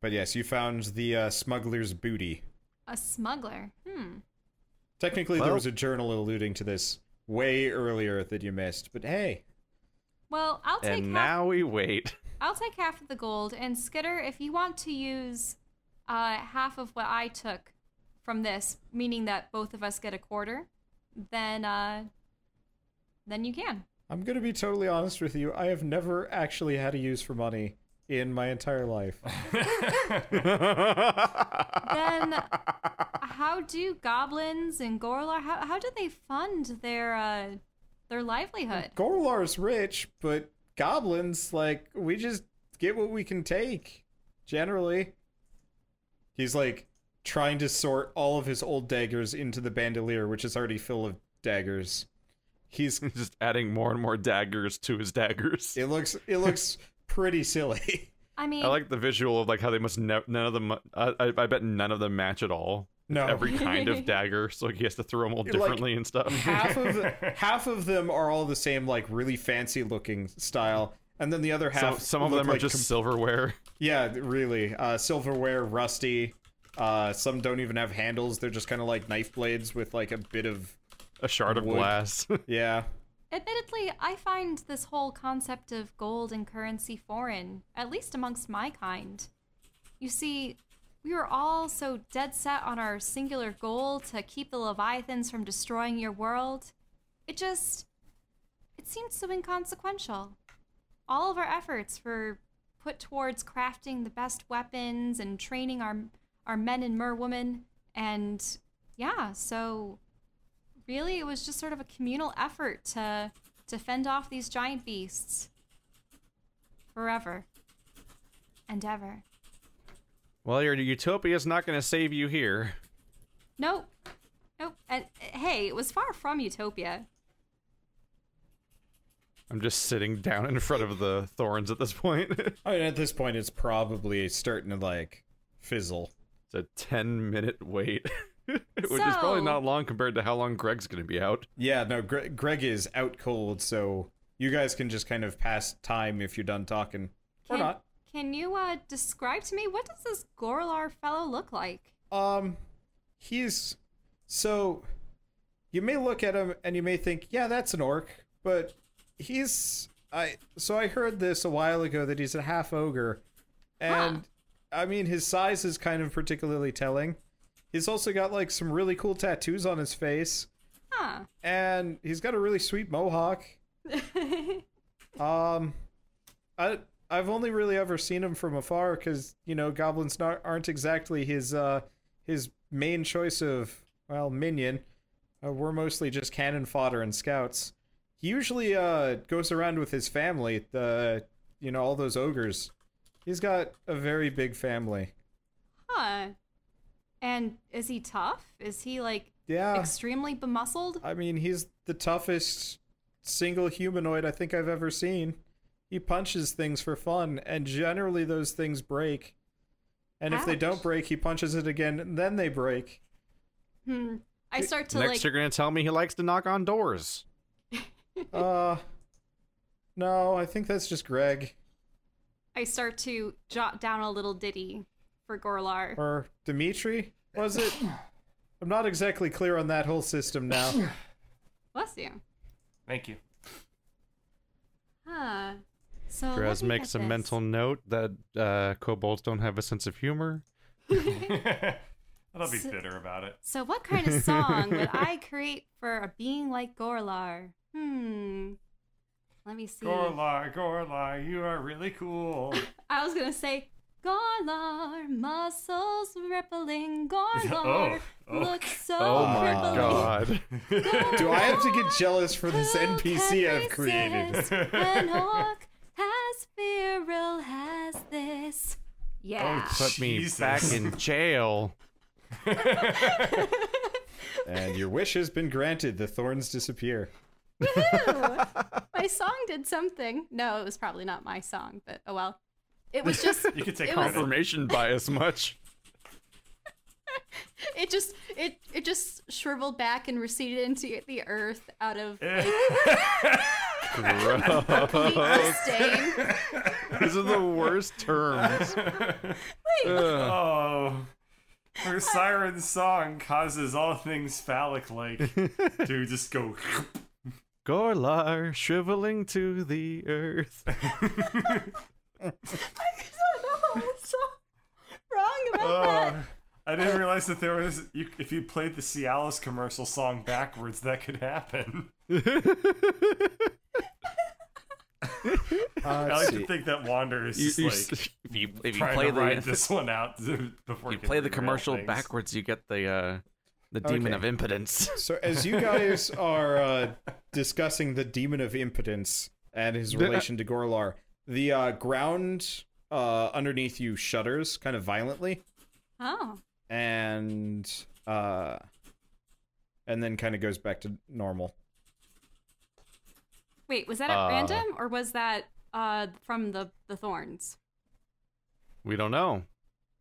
Speaker 2: But yes, you found the uh, smuggler's booty.
Speaker 4: A smuggler. Hmm.
Speaker 2: Technically, there
Speaker 1: Well-
Speaker 2: was a journal alluding to this way earlier that you missed. But hey,
Speaker 4: Well, I'll take
Speaker 1: and
Speaker 4: half.
Speaker 1: now we wait. [laughs]
Speaker 4: I'll take half of the gold. And Skitter, if you want to use uh, half of what I took from this, meaning that both of us get a quarter, then uh, then you can.
Speaker 2: I'm gonna be totally honest with you. I have never actually had a use for money in my entire life.
Speaker 4: Then how do goblins and Gorlar how how do they fund their uh, their livelihood?
Speaker 2: Gorlar's rich, but goblins, like, we just get what we can take, generally. He's like trying to sort all of his old daggers into the bandolier, which is already full of daggers.
Speaker 1: [laughs]
Speaker 2: He's
Speaker 1: just adding more and more daggers to his daggers.
Speaker 2: it looks it looks pretty silly. [laughs]
Speaker 4: I mean,
Speaker 1: I like the visual of like how they must ne- none of them. I, I, I bet none of them match at all.
Speaker 2: No.
Speaker 1: every kind
Speaker 4: [laughs]
Speaker 1: of dagger, so he has to throw them all
Speaker 2: Oh. Like-
Speaker 1: differently and stuff.
Speaker 2: half
Speaker 1: [laughs]
Speaker 2: of the, half of them are all the same, like really fancy looking style, and then the other half.
Speaker 1: Some, some of
Speaker 2: look
Speaker 1: them are
Speaker 2: like
Speaker 1: just
Speaker 2: com-
Speaker 1: silverware.
Speaker 2: yeah, really uh, silverware, rusty. Uh, some don't even have handles; they're just kind of like knife blades with like a bit of
Speaker 1: a shard of
Speaker 2: Wood.
Speaker 1: glass. [laughs]
Speaker 2: yeah.
Speaker 4: admittedly, I find this whole concept of gold and currency foreign, at least amongst my kind. You see, we were all so dead set on our singular goal to keep the leviathans from destroying your world. It just it seemed so inconsequential. All of our efforts were put towards crafting the best weapons and training our our men and merwomen and yeah, so really it was just sort of a communal effort to to fend off these giant beasts forever and ever.
Speaker 1: well, your utopia's not going to save you here.
Speaker 4: Nope. Nope. And uh, hey, it was far from utopia.
Speaker 1: I'm just sitting down in front of the thorns at this point. [laughs] it's
Speaker 2: I mean, at this point, it's probably starting to like fizzle.
Speaker 1: a 10 minute wait, [laughs] which is probably
Speaker 4: So-
Speaker 1: not long compared to how long Greg's going to be out.
Speaker 2: Yeah, no. Gre- Greg is out cold, so you guys can just kind of pass time if you're done talking
Speaker 4: Can,
Speaker 2: or not.
Speaker 4: Can you uh, describe to me what does this Gorlar fellow look like?
Speaker 2: Um, he's so you may look at him and you may think, yeah, that's an orc, but he's I. So I heard this a while ago that he's a half ogre, and
Speaker 4: Huh.
Speaker 2: I mean his size is kind of particularly telling. He's also got like some really cool tattoos on his face,
Speaker 4: Huh.
Speaker 2: and he's got a really sweet mohawk. Um, I I've only really ever seen him from afar because you know goblins not, aren't exactly his uh his main choice of well minion. Uh, we're mostly just cannon fodder and scouts. He usually uh goes around with his family. The you know all those ogres. He's got a very big family.
Speaker 4: huh. And is he tough? Is he like
Speaker 2: Yeah,
Speaker 4: extremely bemuscled?
Speaker 2: I mean he's the toughest single humanoid I think I've ever seen. He punches things for fun, and generally those things break. And if they don't
Speaker 4: Ouch.
Speaker 2: break, he punches it again, and then they break.
Speaker 4: Hmm. I start to
Speaker 1: Next,
Speaker 4: like.
Speaker 1: you're going to tell me he likes to knock on doors.
Speaker 2: uh, no, I think that's just Greg
Speaker 4: I start to jot down a little ditty for Gorlar.
Speaker 2: or Dimitri. Was it? I'm not exactly clear on that whole system now.
Speaker 4: Bless you.
Speaker 3: Thank you. [laughs]
Speaker 4: Huh. So
Speaker 1: Perez
Speaker 4: let me
Speaker 1: makes
Speaker 4: get
Speaker 1: a [laughs]
Speaker 4: this.
Speaker 1: mental note that uh, kobolds don't have a sense of humor.
Speaker 3: I'll be
Speaker 4: So-
Speaker 3: bitter about it.
Speaker 4: [laughs] So, what kind of song would I create for a being like Gorlar? Hmm. Let me
Speaker 1: [laughs]
Speaker 4: see.
Speaker 3: Gorlar, Gorlar, you are really cool. [laughs]
Speaker 4: I was gonna say Gorlar, muscles rippling. Gorlar,
Speaker 3: [laughs] Oh, oh,
Speaker 4: looks so
Speaker 1: Oh my
Speaker 4: rippling. [laughs]
Speaker 1: [laughs] god.
Speaker 2: Do I have to get jealous for this
Speaker 4: Oh,
Speaker 2: NPC I've created?
Speaker 4: An orc as virile as this. Yeah.
Speaker 3: Oh,
Speaker 1: Put me
Speaker 3: Jesus.
Speaker 1: back in jail.
Speaker 2: And your wish has been granted. The thorns disappear.
Speaker 4: my song did something. No, it was probably not my song, but oh well. It was just
Speaker 3: [laughs] You could take
Speaker 4: It was-
Speaker 3: credit.
Speaker 1: Confirmation bias [laughs] much.
Speaker 4: it just it it just shriveled back and receded into the earth out of
Speaker 3: [laughs] Oh. [laughs]
Speaker 4: complete [laughs] disdain.
Speaker 1: These are the worst terms. Ugh.
Speaker 3: Oh. Her siren song causes all things phallic like
Speaker 1: [laughs]
Speaker 3: to just go.
Speaker 1: Gorlar shriveling to the earth.
Speaker 4: I don't know what's so wrong about
Speaker 3: Oh.
Speaker 4: that.
Speaker 3: I didn't realize that there was. You, if you played the Cialis commercial song backwards, that could happen.
Speaker 2: Uh,
Speaker 3: I
Speaker 2: let's
Speaker 3: like
Speaker 2: see.
Speaker 3: to think that Wander is just like
Speaker 1: s- if you, if you
Speaker 3: trying
Speaker 1: play
Speaker 3: to ride
Speaker 1: the
Speaker 3: this one out before
Speaker 1: you
Speaker 3: it can
Speaker 1: play the
Speaker 3: derail
Speaker 1: commercial
Speaker 3: things.
Speaker 1: backwards, you get the uh, the demon
Speaker 2: Okay.
Speaker 1: of impotence.
Speaker 2: So, as you guys are uh, discussing the demon of impotence and his
Speaker 1: uh,
Speaker 2: relation to Gorlar, the uh, ground uh, underneath you shudders kind of violently,
Speaker 4: [laughs] Oh.
Speaker 2: and uh, and then kind of goes back to normal.
Speaker 4: Wait, was that at
Speaker 1: Uh,
Speaker 4: random or was that uh from the the thorns?
Speaker 1: We don't know.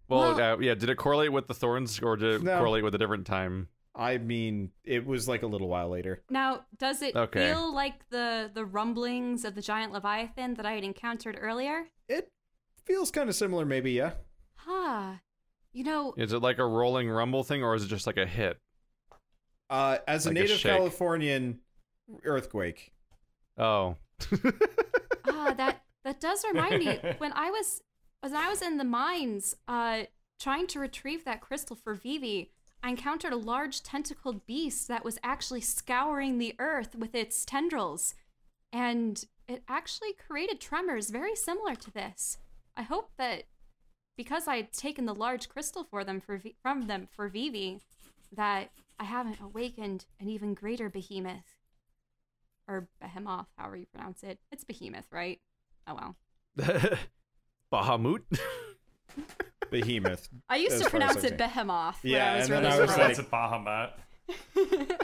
Speaker 1: Well,
Speaker 4: Well-
Speaker 1: uh, yeah. Did it correlate with the thorns, or did it
Speaker 2: No.
Speaker 1: correlate with a different time?
Speaker 2: I mean, it was like a little while later.
Speaker 4: Now, does it
Speaker 1: Okay.
Speaker 4: feel like the the rumblings of the giant leviathan that I had encountered earlier?
Speaker 2: It feels kind of similar, maybe. Yeah.
Speaker 4: Huh. You know,
Speaker 1: Is it like a rolling rumble thing, or is it just like a hit?
Speaker 2: Uh, as a
Speaker 1: Like a
Speaker 2: native
Speaker 1: shake.
Speaker 2: Californian, earthquake.
Speaker 1: Oh, [laughs]
Speaker 4: ah, that that does remind me when I was when I was in the mines, uh, trying to retrieve that crystal for Vivi. I encountered a large tentacled beast that was actually scouring the earth with its tendrils, and it actually created tremors very similar to this. I hope that because I had taken the large crystal for them for Vi- from them for Vivi, that I haven't awakened an even greater behemoth or behemoth, however you pronounce it. It's behemoth, right? Oh well.
Speaker 1: Bahamut.
Speaker 2: Behemoth.
Speaker 4: I used
Speaker 2: As far
Speaker 4: to
Speaker 2: as
Speaker 4: pronounce
Speaker 2: I
Speaker 4: it
Speaker 2: can-
Speaker 4: behemoth. when
Speaker 2: Yeah,
Speaker 4: I was
Speaker 2: and then
Speaker 4: really
Speaker 2: I was
Speaker 4: wrong.
Speaker 2: like-
Speaker 3: That's a Bahamut.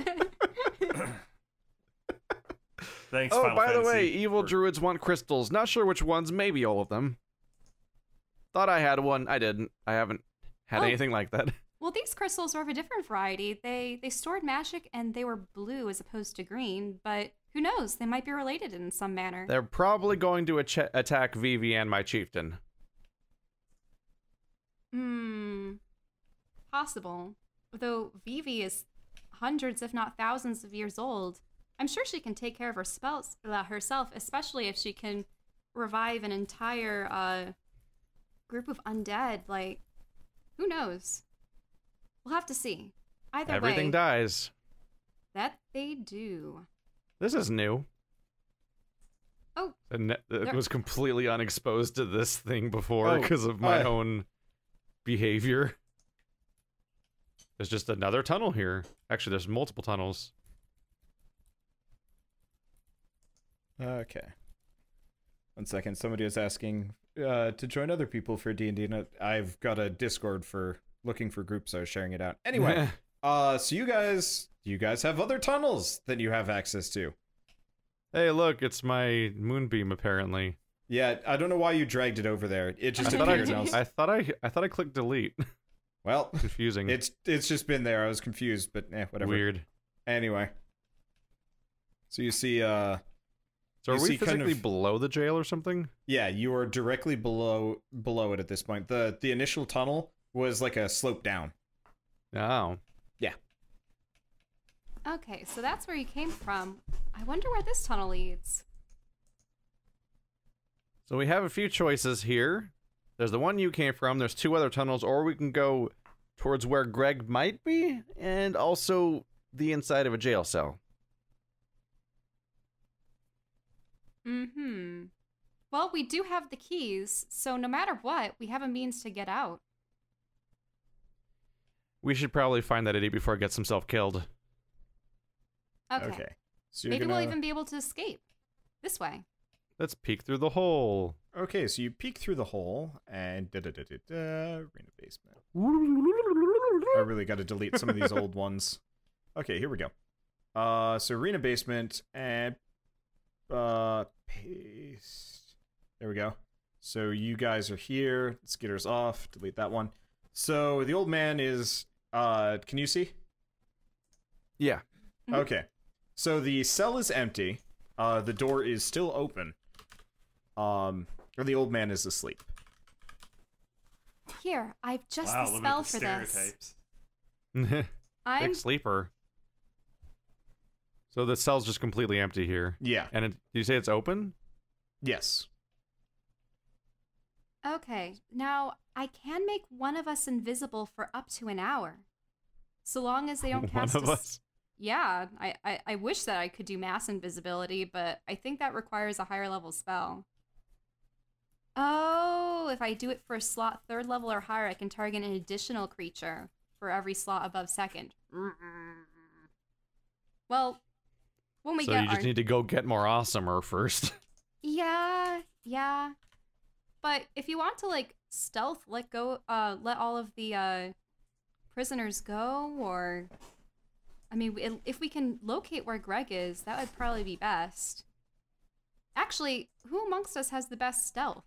Speaker 3: Thanks.
Speaker 1: oh,
Speaker 3: Final
Speaker 1: by the way,
Speaker 3: Fantasy,
Speaker 1: evil
Speaker 3: for-
Speaker 1: druids want crystals. Not sure which ones. Maybe all of them. Thought I had one. I didn't. I haven't had
Speaker 4: Oh.
Speaker 1: anything like that.
Speaker 4: [laughs]
Speaker 1: [laughs]
Speaker 4: well, these crystals were of a different variety. They they stored magic and they were blue as opposed to green, but who knows? They might be related in some manner.
Speaker 1: They're probably going to ache- attack Vivi and my chieftain.
Speaker 4: Hmm. Possible. Though Vivi is hundreds, if not thousands, of years old, I'm sure she can take care of her spells uh, herself, especially if she can revive an entire uh, group of undead. Like, who knows? We'll have to see. Either
Speaker 1: Everything
Speaker 4: way,
Speaker 1: dies.
Speaker 4: that they do.
Speaker 1: This is new.
Speaker 4: Oh,
Speaker 1: And it
Speaker 4: There-
Speaker 1: was completely unexposed to this thing before
Speaker 2: Oh,
Speaker 1: because of my
Speaker 2: uh,
Speaker 1: own behavior. There's just another tunnel here. Actually, there's multiple tunnels.
Speaker 2: Okay. One second. Somebody was asking uh, to join other people for D and D. I've got a Discord for looking for groups. so I was sharing it out.
Speaker 1: [laughs]
Speaker 2: Anyway, uh, so you guys, you guys have other tunnels that you have access to.
Speaker 1: hey, look, it's my moonbeam. Apparently,
Speaker 2: Yeah, I don't know why you dragged it over there. It
Speaker 1: [laughs] I
Speaker 2: just
Speaker 1: thought I,
Speaker 2: appeared. and I was-
Speaker 1: I thought I, I thought I clicked
Speaker 2: [laughs]
Speaker 1: delete.
Speaker 2: well,
Speaker 1: [laughs] Confusing.
Speaker 2: it's it's just been there. I was confused, but eh, whatever.
Speaker 1: weird.
Speaker 2: Anyway, so you see, uh,
Speaker 1: So are
Speaker 2: You
Speaker 1: we
Speaker 2: see kind
Speaker 1: physically
Speaker 2: of-
Speaker 1: below the jail or something?
Speaker 2: Yeah, you are directly below below it at this point. The the initial tunnel was like a slope down.
Speaker 1: No.
Speaker 4: Okay, so that's where you came from. I wonder where this tunnel leads.
Speaker 1: So we have a few choices here. There's the one you came from. There's two other tunnels, or we can go towards where Greg might be, and also the inside of a jail cell.
Speaker 4: Mm hmm. Well, we do have the keys, so no matter what, we have a means to get out.
Speaker 1: We should probably find that idiot before he gets himself killed.
Speaker 4: Okay.
Speaker 2: So you're
Speaker 4: Maybe
Speaker 2: gonna...
Speaker 4: we'll even be able to escape this way.
Speaker 1: Let's peek through the
Speaker 2: [laughs]
Speaker 1: hole.
Speaker 2: Okay, so you peek through the hole and da da da da da. Arena basement. I really got to delete some of these
Speaker 4: [laughs]
Speaker 2: old ones. Okay, here we go. Uh, so arena basement and uh paste. There we go. So you guys are here. Skitter's off. Delete that one. So the old man is. Uh, can you see?
Speaker 1: Yeah. [laughs]
Speaker 4: Mhm.
Speaker 2: Okay. So the cell is empty. Uh, the door is still open. Um, or the old man is asleep.
Speaker 4: Here, I've just
Speaker 3: wow,
Speaker 4: the
Speaker 3: look
Speaker 4: spell
Speaker 3: at the
Speaker 4: for this.
Speaker 3: stereotypes.
Speaker 1: Big
Speaker 4: I'm
Speaker 1: sleeper. So the cell's just completely empty here.
Speaker 2: Yeah.
Speaker 1: And it, you say it's open?
Speaker 2: Yes.
Speaker 4: okay. Now I can make one of us invisible for up to an hour, so long as they
Speaker 1: [laughs]
Speaker 4: don't
Speaker 1: One
Speaker 4: cast
Speaker 1: of
Speaker 4: a s-
Speaker 1: us.
Speaker 4: Yeah, I, I I wish that I could do mass invisibility, but I think that requires a higher level spell. Oh, if I do it for a slot third level or higher, I can target an additional creature for every slot above second. Mm-mm. Well, when we
Speaker 1: so
Speaker 4: get
Speaker 1: you just
Speaker 4: our
Speaker 1: need to go get more awesomer first. [laughs]
Speaker 4: Yeah, yeah. But if you want to like stealth, let go uh let all of the uh prisoners go or I mean, i- if we can locate where Greg is, that would probably be best. Actually, who amongst us has the best stealth?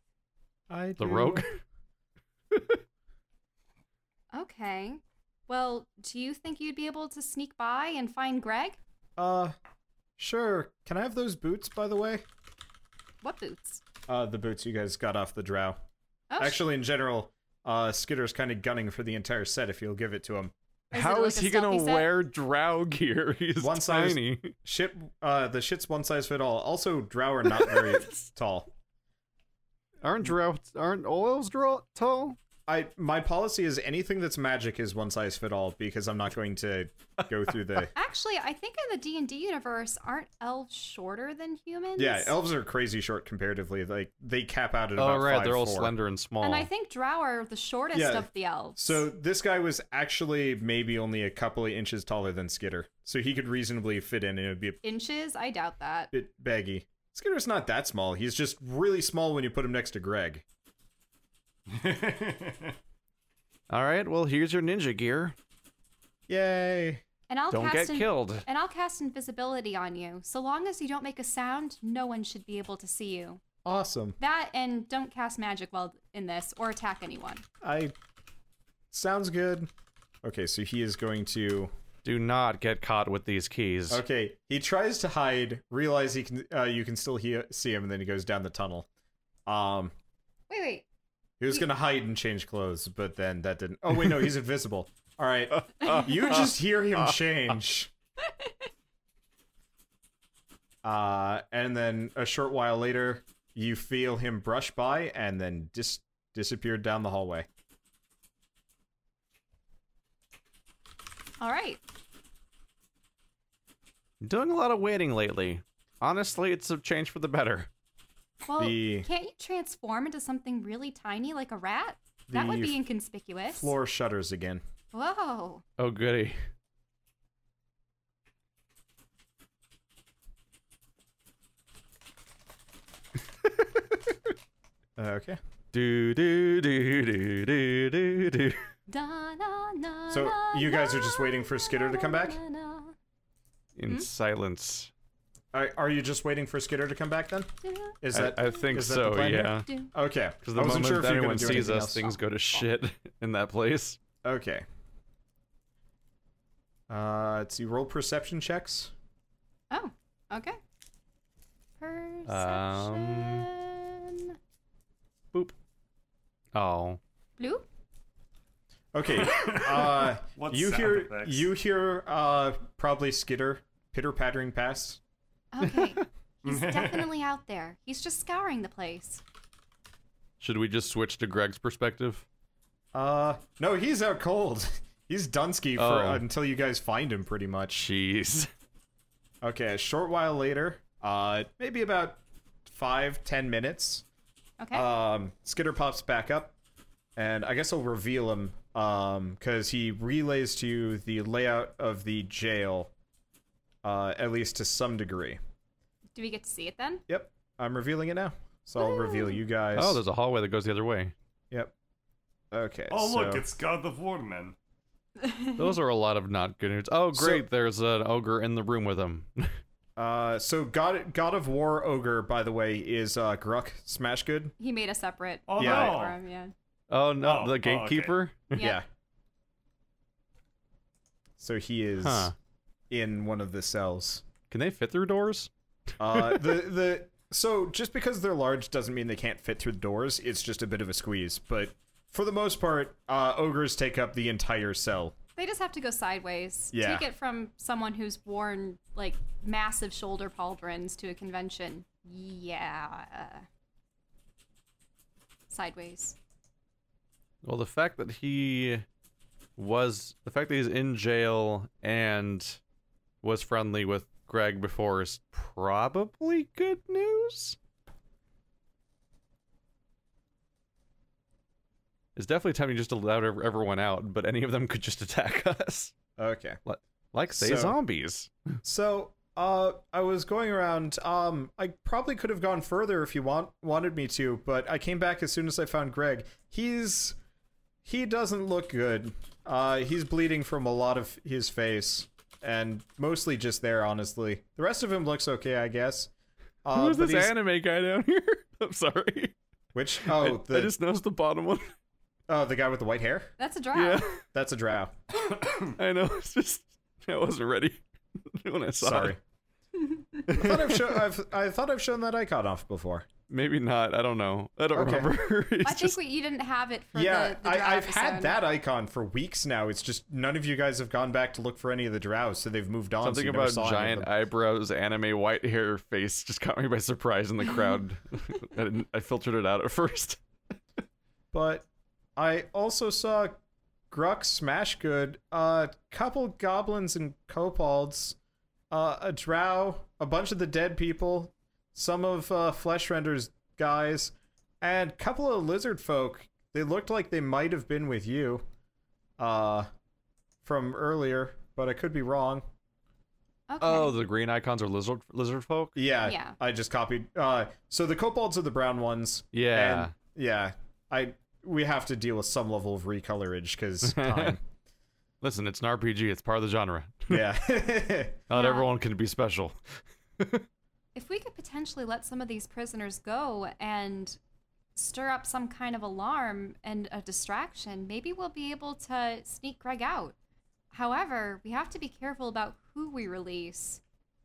Speaker 5: I
Speaker 4: Hmm.
Speaker 1: the rogue?
Speaker 4: Okay. Well, do you think you'd be able to sneak by and find Greg?
Speaker 2: Uh, sure. Can I have those boots, by the way?
Speaker 4: What boots?
Speaker 2: Uh, the boots you guys got off the drow.
Speaker 4: Oh, sh-
Speaker 2: Actually, in general, uh, Skitter's kind of gunning for the entire set if you'll give it to him.
Speaker 4: Is it
Speaker 1: How
Speaker 4: like
Speaker 1: is
Speaker 4: a
Speaker 1: he gonna
Speaker 4: stealthy set?
Speaker 1: wear drow gear? [laughs] He's
Speaker 2: One size-
Speaker 1: tiny.
Speaker 2: Shit, uh, the shit's one size fit all. Also, drow are not very tall.
Speaker 1: Aren't drow aren't all elves drow tall?
Speaker 2: I my policy is anything that's magic is one size fit all because I'm not going to go through the
Speaker 4: Actually, I think in the D&D universe, aren't elves shorter than humans?
Speaker 2: yeah. Elves are crazy short comparatively. Like they cap out at
Speaker 1: Oh
Speaker 2: about
Speaker 1: right,
Speaker 2: five
Speaker 1: they're all
Speaker 2: four.
Speaker 1: slender and small.
Speaker 4: And I think Drow are the shortest
Speaker 2: Yeah.
Speaker 4: of the elves.
Speaker 2: So this guy was actually maybe only a couple of inches taller than Skitter, so he could reasonably fit in, and it would be a
Speaker 4: inches, I doubt that.
Speaker 2: bit baggy. Skitter's not that small. He's just really small when you put him next to Greg.
Speaker 1: all right, well here's your ninja gear.
Speaker 2: Yay!
Speaker 4: And I'll
Speaker 1: Don't
Speaker 4: cast
Speaker 1: get
Speaker 4: in-
Speaker 1: killed.
Speaker 4: And I'll cast invisibility on you. So long as you don't make a sound, no one should be able to see you.
Speaker 2: Awesome.
Speaker 4: That and don't cast magic while in this or attack anyone.
Speaker 2: I sounds good. Okay, so he is going to.
Speaker 1: Do not get caught with these keys.
Speaker 2: Okay, he tries to hide. Realize he can. Uh, you can still he- see him, and then he goes down the tunnel. Um,
Speaker 4: Wait, wait.
Speaker 2: he was gonna hide and change clothes, but then that didn't. Oh wait, no, he's invisible. [laughs] Uh, All right, you just hear him [laughs] change. Uh, and then a short while later, you feel him brush by and then dis- disappear down the hallway.
Speaker 4: All right.
Speaker 1: Doing a lot of waiting lately. Honestly, it's a change for the better.
Speaker 4: Well,
Speaker 2: The-
Speaker 4: can't you transform into something really tiny like a rat? That would
Speaker 2: The
Speaker 4: be inconspicuous.
Speaker 2: Floor shudders again.
Speaker 4: Whoa.
Speaker 1: Oh goody.
Speaker 2: Uh, okay.
Speaker 1: Do do do do do do do.
Speaker 4: Da, na, na,
Speaker 2: So,
Speaker 4: na,
Speaker 2: you guys
Speaker 4: na,
Speaker 2: are just waiting for Skitter to come
Speaker 4: na,
Speaker 2: back?
Speaker 4: na, na.
Speaker 1: In
Speaker 4: Hmm?
Speaker 1: silence.
Speaker 2: Are, are you just waiting for Skitter to come back then?
Speaker 4: Do,
Speaker 2: Is
Speaker 1: I-
Speaker 2: that
Speaker 1: I, think
Speaker 2: is that the
Speaker 1: so,
Speaker 2: plan here?
Speaker 1: yeah.
Speaker 4: do.
Speaker 2: Okay.
Speaker 1: Because
Speaker 2: I
Speaker 1: the
Speaker 2: wasn't
Speaker 1: moment
Speaker 2: sure if you were
Speaker 1: anyone
Speaker 2: gonna do
Speaker 1: sees
Speaker 2: anything
Speaker 1: us,
Speaker 2: else. Oh.
Speaker 1: things go to shit [laughs] in that place.
Speaker 2: Okay. Uh, let's see. Roll perception checks.
Speaker 4: Oh, okay. Perception.
Speaker 2: Um.
Speaker 1: Boop. Oh.
Speaker 4: Blue?
Speaker 3: [laughs]
Speaker 2: Okay. Uh,
Speaker 3: What
Speaker 2: you
Speaker 3: sound
Speaker 2: hear
Speaker 3: effects?
Speaker 2: you hear uh probably Skitter pitter pattering past. [laughs]
Speaker 4: Okay. He's definitely out there. He's just scouring the place.
Speaker 1: Should we just switch to Greg's perspective?
Speaker 2: Uh, no, he's out cold. [laughs] He's Dunsky for
Speaker 1: Oh.
Speaker 2: until you guys find him, pretty much.
Speaker 1: Jeez.
Speaker 2: Okay. A short while later, uh, maybe about five ten minutes.
Speaker 4: Okay.
Speaker 2: Um, Skitter pops back up, and I guess I'll reveal him because he relays to you the layout of the jail, uh, at least to some degree.
Speaker 4: Do we get to see it then?
Speaker 2: Yep, I'm revealing it now. So I'll reveal you guys.
Speaker 1: Oh, there's a hallway that goes the other
Speaker 2: [laughs]
Speaker 1: way.
Speaker 2: Yep. Okay.
Speaker 3: [laughs] Oh, look,
Speaker 2: so-
Speaker 3: it's God of War men.
Speaker 1: Those are a lot of not good news. Oh, great. there's an ogre in the room with him. [laughs]
Speaker 2: Uh, so God, God of War ogre, by the way, is uh, Gruck Smashgood.
Speaker 4: He made a separate
Speaker 3: Oh,
Speaker 2: Yeah.
Speaker 3: no.
Speaker 4: for him, yeah.
Speaker 1: oh, no.
Speaker 3: Oh, oh,
Speaker 1: the
Speaker 3: okay.
Speaker 1: gatekeeper?
Speaker 4: Yeah.
Speaker 2: [laughs] Yeah. So he is
Speaker 1: Huh.
Speaker 2: in one of the cells.
Speaker 1: Can they fit through doors?
Speaker 2: Uh, the the so just because they're large doesn't mean they can't fit through doors. It's just a bit of a squeeze. But for the most part, uh, ogres take up the entire cell.
Speaker 4: They just have to go sideways.
Speaker 2: Yeah.
Speaker 4: Take it from someone who's worn like massive shoulder pauldrons to a convention. Yeah. Sideways.
Speaker 1: Well, the fact that he was the fact that he's in jail and was friendly with Greg before is probably good news. It's definitely time you just allowed ev- everyone out, but any of them could just attack [laughs] us,
Speaker 2: Okay.
Speaker 1: like say
Speaker 2: So-
Speaker 1: zombies.
Speaker 2: So uh, I was going around. Um, I probably could have gone further if you want wanted me to, but I came back as soon as I found Greg. He's he doesn't look good. Uh, he's bleeding from a lot of his face, and mostly just there. Honestly, the rest of him looks okay, I guess. Uh,
Speaker 1: Who's
Speaker 2: but
Speaker 1: this
Speaker 2: he's-
Speaker 1: anime guy down [laughs] here? I'm sorry.
Speaker 2: Which oh
Speaker 1: I
Speaker 2: the
Speaker 1: just noticed the bottom one.
Speaker 2: oh the guy with the white hair.
Speaker 4: That's a
Speaker 2: Ah.
Speaker 4: draw.
Speaker 2: [laughs]
Speaker 1: Yeah,
Speaker 2: That's a drow.
Speaker 1: I know. [laughs] It's just I wasn't ready [laughs] when I saw it. [laughs]
Speaker 2: Sorry. I thought I've, show, I've I thought I've shown that icon off before.
Speaker 1: Maybe not. I don't know. I don't
Speaker 2: Okay.
Speaker 1: remember. [laughs] It's
Speaker 4: I think
Speaker 1: just-
Speaker 4: we, you didn't have it for
Speaker 2: yeah,
Speaker 4: the, the draw
Speaker 2: I, I've had
Speaker 4: episode.
Speaker 2: that icon for weeks now. It's just none of you guys have gone back to look for any of the drows, so they've moved on. so
Speaker 1: something
Speaker 2: you never
Speaker 1: about
Speaker 2: saw any of
Speaker 1: giant
Speaker 2: them.
Speaker 1: eyebrows, anime, white hair, face just caught me by surprise in the
Speaker 4: [laughs]
Speaker 1: crowd. [laughs] I, didn't, I filtered it out at first.
Speaker 2: But I also saw Grux Smashgood, a couple goblins and kobolds, uh, a drow, a bunch of the dead people, some of uh, Flesh Render's guys, and a couple of lizard folk. They looked like they might have been with you uh, from earlier, but I could be wrong.
Speaker 4: Okay.
Speaker 1: Oh, the green icons are lizard lizard folk.
Speaker 2: Yeah,
Speaker 4: Yeah.
Speaker 2: I just copied. Uh, so the kobolds are the brown ones.
Speaker 1: Yeah.
Speaker 2: and- yeah. I we have to deal with some level of recolorage because time.
Speaker 1: Listen, it's an RPG. It's part of the genre.
Speaker 2: yeah.
Speaker 1: Not
Speaker 4: Yeah.
Speaker 1: everyone can be special.
Speaker 4: if we could potentially let some of these prisoners go and stir up some kind of alarm and a distraction, maybe we'll be able to sneak Greg out. However, we have to be careful about who we release.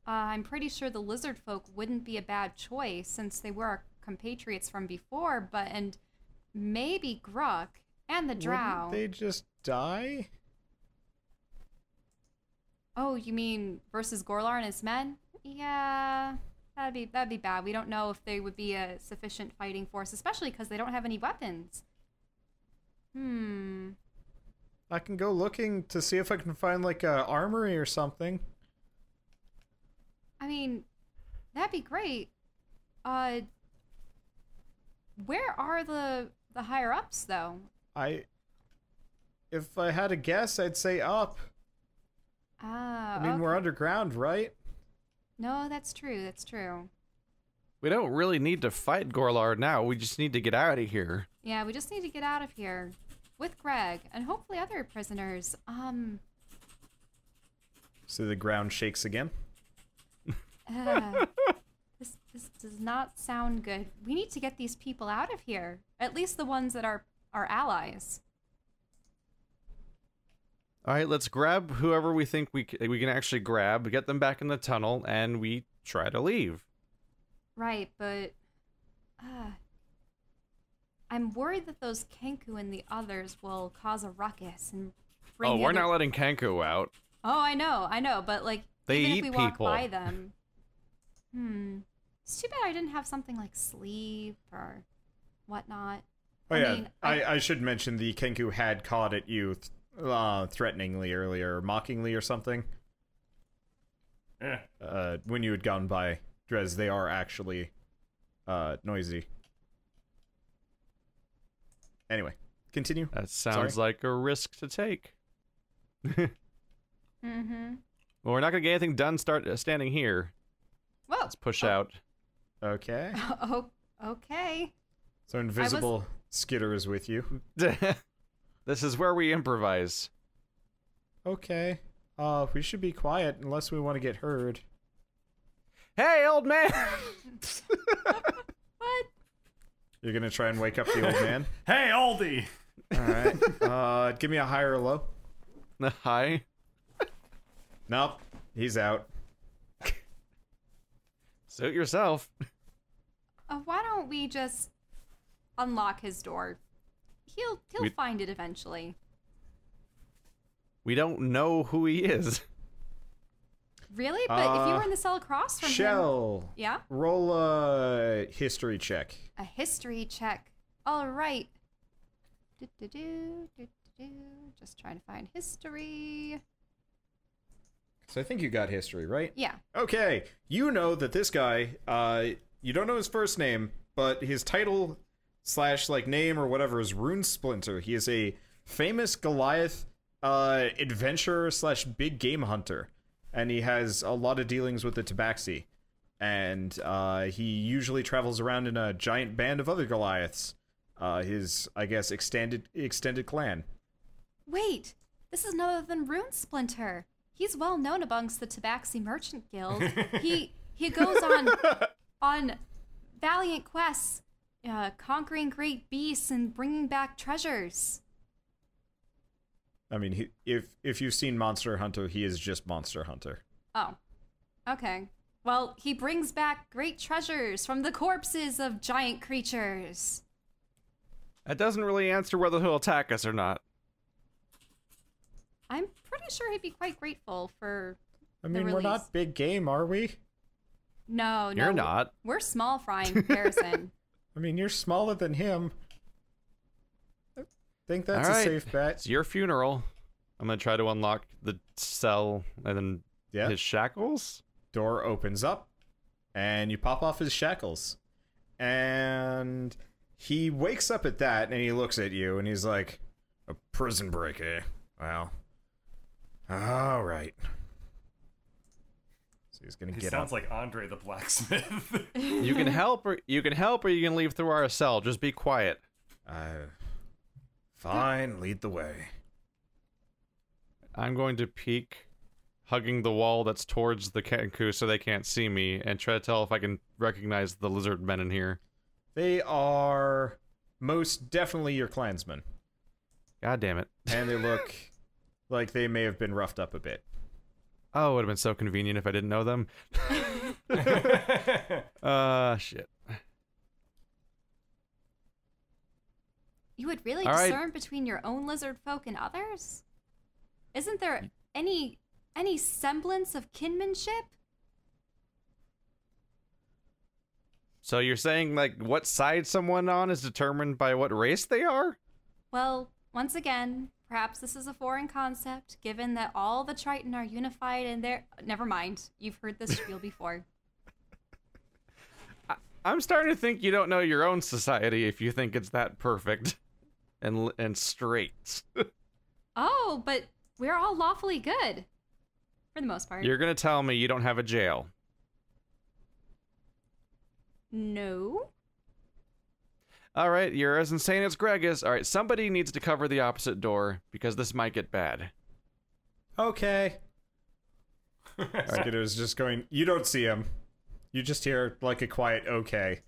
Speaker 4: Uh, I'm pretty sure the lizard folk wouldn't be a bad choice since they were our compatriots from before, but and maybe Gruck and the Drow.
Speaker 2: Wouldn't they just die.
Speaker 4: Oh, you mean versus Gorlar and his men? Yeah, that'd be that'd be bad. We don't know if they would be a sufficient fighting force, especially because they don't have any weapons. Hmm.
Speaker 2: I can go looking to see if I can find like a armory or something.
Speaker 4: I mean, that'd be great. Uh, where are the the higher ups though?
Speaker 2: I. If I had a guess, I'd say up.
Speaker 4: Ah,
Speaker 2: I mean,
Speaker 4: okay.
Speaker 2: we're underground, right?
Speaker 4: no, that's true. That's true.
Speaker 1: We don't really need to fight Gorlar now. We just need to get out of here.
Speaker 4: Yeah, we just need to get out of here with Greg and hopefully other prisoners. Um.
Speaker 2: So the ground shakes again.
Speaker 1: [laughs]
Speaker 4: Ugh. Ah. this this does not sound good. We need to get these people out of here. At least the ones that are our allies.
Speaker 1: All right, let's grab whoever we think we c- we can actually grab, get them back in the tunnel, and we try to leave.
Speaker 4: Right, but uh, I'm worried that those Kenku and the others will cause a ruckus and bring.
Speaker 1: oh,
Speaker 4: the
Speaker 1: we're
Speaker 4: other-
Speaker 1: not letting Kanku out.
Speaker 4: Oh, I know, I know, but like
Speaker 1: They
Speaker 4: even
Speaker 1: eat
Speaker 4: if we walk
Speaker 1: people.
Speaker 4: by them. hmm. It's too bad I didn't have something like sleep or whatnot.
Speaker 2: Oh
Speaker 4: I
Speaker 2: yeah,
Speaker 4: mean,
Speaker 2: I,
Speaker 4: I-
Speaker 2: I should mention the Kenku had caught at you th- uh, threateningly earlier, or mockingly or something.
Speaker 3: Yeah.
Speaker 2: Uh, when you had gone by Drez, they are actually uh, noisy. Anyway, continue.
Speaker 1: That sounds like a risk to take.
Speaker 4: Mm-hmm.
Speaker 1: Well, we're not going to get anything done start uh, standing here.
Speaker 4: Whoa.
Speaker 1: Let's push
Speaker 4: [laughs]
Speaker 1: out. [laughs]
Speaker 2: Okay.
Speaker 4: Oh, okay.
Speaker 2: So invisible skitter is with you.
Speaker 1: this is where we improvise.
Speaker 2: Okay. Uh, we should be quiet unless we want to get heard.
Speaker 1: Hey, old man! [laughs]
Speaker 4: What?
Speaker 2: You're gonna try and wake up the old [laughs] man.
Speaker 3: Hey, Aldi!
Speaker 2: All right. Uh, give me a high or low.
Speaker 1: Hi.
Speaker 2: Nope. He's out.
Speaker 1: Suit yourself.
Speaker 4: Uh, why don't we just unlock his door? He'll he'll
Speaker 1: We-
Speaker 4: find it eventually.
Speaker 1: We don't know who he is.
Speaker 4: Really? But if you
Speaker 2: Uh,
Speaker 4: were in the cell across from him,
Speaker 2: Shell.
Speaker 4: yeah,
Speaker 2: Roll a history check.
Speaker 4: a history check. All right. Do-do-do, do-do-do. Just trying to find history.
Speaker 2: So I think you got history, right?
Speaker 4: Yeah.
Speaker 2: Okay. You know that this guy, uh, you don't know his first name, but his title slash like name or whatever is Rune Splinter. He is a famous Goliath uh, adventurer slash big game hunter, and he has a lot of dealings with the Tabaxi. And uh, he usually travels around in a giant band of other Goliaths. Uh, his, I guess, extended extended clan.
Speaker 4: Wait, this is none other than Rune Splinter. He's well known amongst the Tabaxi Merchant
Speaker 1: [laughs]
Speaker 4: Guild. he he goes on on valiant quests, uh, conquering great beasts and bringing back treasures.
Speaker 2: I mean, he, if if you've seen Monster Hunter, he is just Monster Hunter.
Speaker 4: Oh, okay. Well, he brings back great treasures from the corpses of giant creatures.
Speaker 1: That doesn't really answer whether he'll attack us or not.
Speaker 4: I'm pretty sure he'd be quite grateful for.
Speaker 2: I
Speaker 4: The
Speaker 2: mean, we're
Speaker 4: release.
Speaker 2: not big game, are we?
Speaker 4: No, no.
Speaker 1: You're not.
Speaker 4: We're small
Speaker 1: [laughs]
Speaker 4: fry in comparison.
Speaker 2: I mean, you're smaller than him. I think that's
Speaker 1: All
Speaker 2: a
Speaker 1: right.
Speaker 2: safe bet.
Speaker 1: It's your funeral. I'm going to try to unlock the cell and then
Speaker 2: Yeah.
Speaker 1: his shackles.
Speaker 2: Door opens up, and you pop off his shackles. And he wakes up at that, and he looks at you, and he's like, "A prison break, eh? Wow. All right." So he's gonna
Speaker 3: He
Speaker 2: get
Speaker 3: sounds
Speaker 2: up.
Speaker 3: like Andre the blacksmith.
Speaker 1: You can [laughs] help or you can help or you can leave through our cell. Just be quiet.
Speaker 2: uh, fine, lead the way.
Speaker 1: I'm going to peek, hugging the wall that's towards the Kenku so they can't see me, and try to tell if I can recognize the lizard men in here.
Speaker 2: They are most definitely your clansmen.
Speaker 1: God damn it.
Speaker 2: and they look like they may have been roughed up a bit.
Speaker 1: Oh, it would have been so convenient if I didn't know them. uh, shit.
Speaker 4: You would really
Speaker 1: All right.
Speaker 4: discern between your own lizard folk and others? Isn't there any any semblance of kinship?
Speaker 1: So you're saying like what side someone on is determined by what race they are?
Speaker 4: Well, once again, perhaps this is a foreign concept, given that all the Triton are unified and they're never mind. You've heard this spiel before.
Speaker 1: I'm starting to think you don't know your own society if you think it's that perfect and and straight.
Speaker 4: Oh, but we're all lawfully good. For the most part.
Speaker 1: You're gonna tell me you don't have a jail.
Speaker 4: no.
Speaker 1: All right, you're as insane as Greg is. All right, somebody needs to cover the opposite door because this might get bad.
Speaker 2: Okay. Skitter's just going, you don't see him. You just hear like a quiet okay.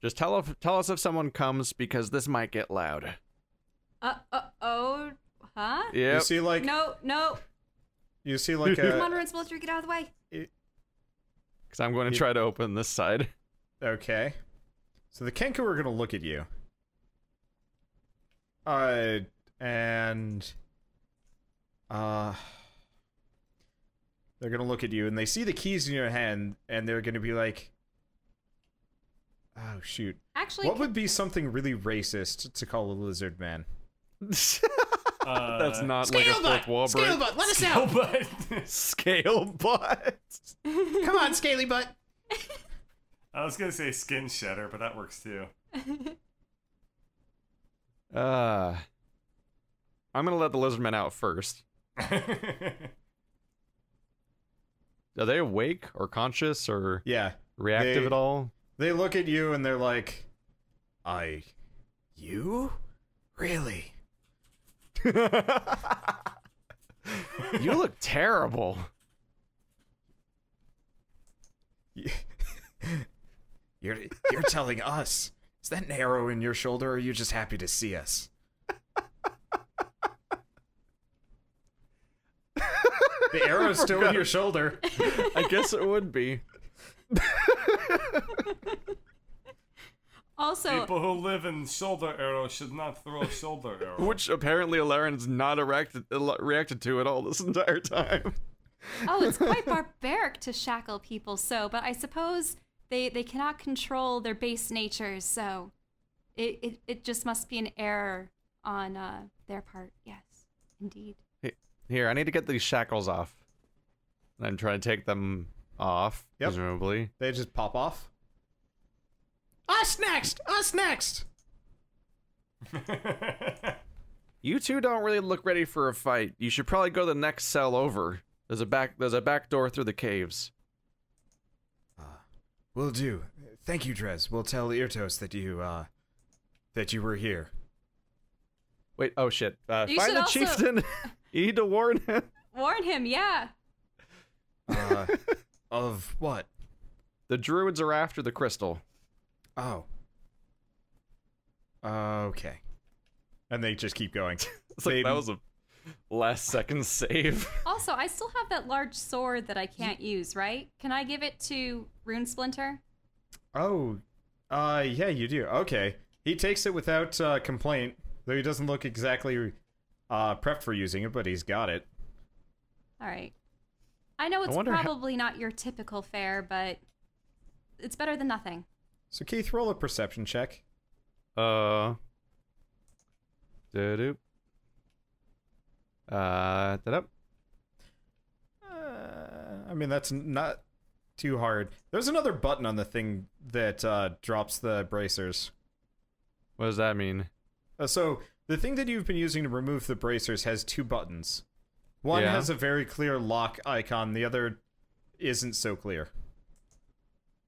Speaker 1: Just tell if, tell us if someone comes because this might get loud.
Speaker 4: Uh uh oh huh?
Speaker 2: You
Speaker 1: Yep.
Speaker 2: see like
Speaker 4: No, no.
Speaker 2: you see like
Speaker 4: Come on,
Speaker 2: a
Speaker 4: Rune Splinter, get out of the way.
Speaker 1: Because I'm going to try to open this side. [laughs]
Speaker 2: okay. So the Kenku are gonna look at you. Uh and uh they're gonna look at you and they see the keys in your hand and they're gonna be like Oh shoot.
Speaker 4: Actually,
Speaker 2: What would be something really racist to call a lizard man?
Speaker 1: That's
Speaker 3: uh,
Speaker 1: not like a
Speaker 3: [laughs]
Speaker 1: fourth wall break.
Speaker 5: let
Speaker 2: [laughs]
Speaker 5: us
Speaker 3: Oh, but [laughs]
Speaker 1: Scale butt.
Speaker 5: Come on, Scaly Butt.
Speaker 3: [laughs] I was gonna say skin shatter, but that works too.
Speaker 1: Uh, I'm gonna let the lizardmen out first. Are they awake or conscious or
Speaker 2: Yeah.
Speaker 1: reactive
Speaker 2: They-
Speaker 1: at all?
Speaker 2: They look at you and they're like, I. You? Really?
Speaker 1: You look terrible.
Speaker 2: [laughs] You're, you're telling us. Is that an arrow in your shoulder or are you just happy to see
Speaker 5: [laughs]
Speaker 2: us? the arrow's still in your shoulder.
Speaker 1: I guess it would be.
Speaker 4: Also,
Speaker 3: People who live in shoulder arrow should not throw
Speaker 1: [laughs]
Speaker 3: shoulder arrow. [laughs]
Speaker 1: Which apparently Alarin's not erected, ele- reacted to at all this entire time.
Speaker 4: oh, it's quite barbaric to shackle people so, but I suppose they, they cannot control their base natures, so it, it, it just must be an error on uh, their part. Yes, indeed.
Speaker 1: He- Here, I need to get these shackles off. And I'm trying to take them off,
Speaker 2: Yep.
Speaker 1: presumably.
Speaker 2: They just pop off. Us next! Us next!
Speaker 1: You two don't really look ready for a fight. You should probably go the next cell over. There's a back there's a back door through the caves.
Speaker 2: Uh, Will do. Thank you, Drez. We'll tell Irtos that you, uh, that you were here.
Speaker 1: Wait, oh shit. Uh,
Speaker 4: You
Speaker 1: find
Speaker 4: should
Speaker 1: the
Speaker 4: also-
Speaker 1: chieftain. [laughs] you need to warn him.
Speaker 4: Warn him, yeah.
Speaker 2: Uh, of what?
Speaker 1: The druids are after the crystal. [laughs]
Speaker 2: Oh. Okay. And they just keep going.
Speaker 1: It's like, that
Speaker 2: They-
Speaker 1: was a last second save. [laughs]
Speaker 4: Also, I still have that large sword that I can't use, right? Can I give it to Rune Splinter?
Speaker 2: Oh, uh, yeah, you do. Okay. He takes it without uh, complaint, though he doesn't look exactly uh, prepped for using it, but he's got it.
Speaker 4: All right. I know it's
Speaker 1: wonder how-
Speaker 4: probably not your typical fare, but it's better than nothing.
Speaker 2: So, Keith, roll a perception check.
Speaker 1: Uh. Do Uh. Da-doop.
Speaker 2: Uh, I mean, that's not too hard. There's another button on the thing that uh, drops the bracers.
Speaker 1: What does that mean?
Speaker 2: Uh, so the thing that you've been using to remove the bracers has two buttons. One
Speaker 1: Yeah.
Speaker 2: has a very clear lock icon. The other isn't so clear.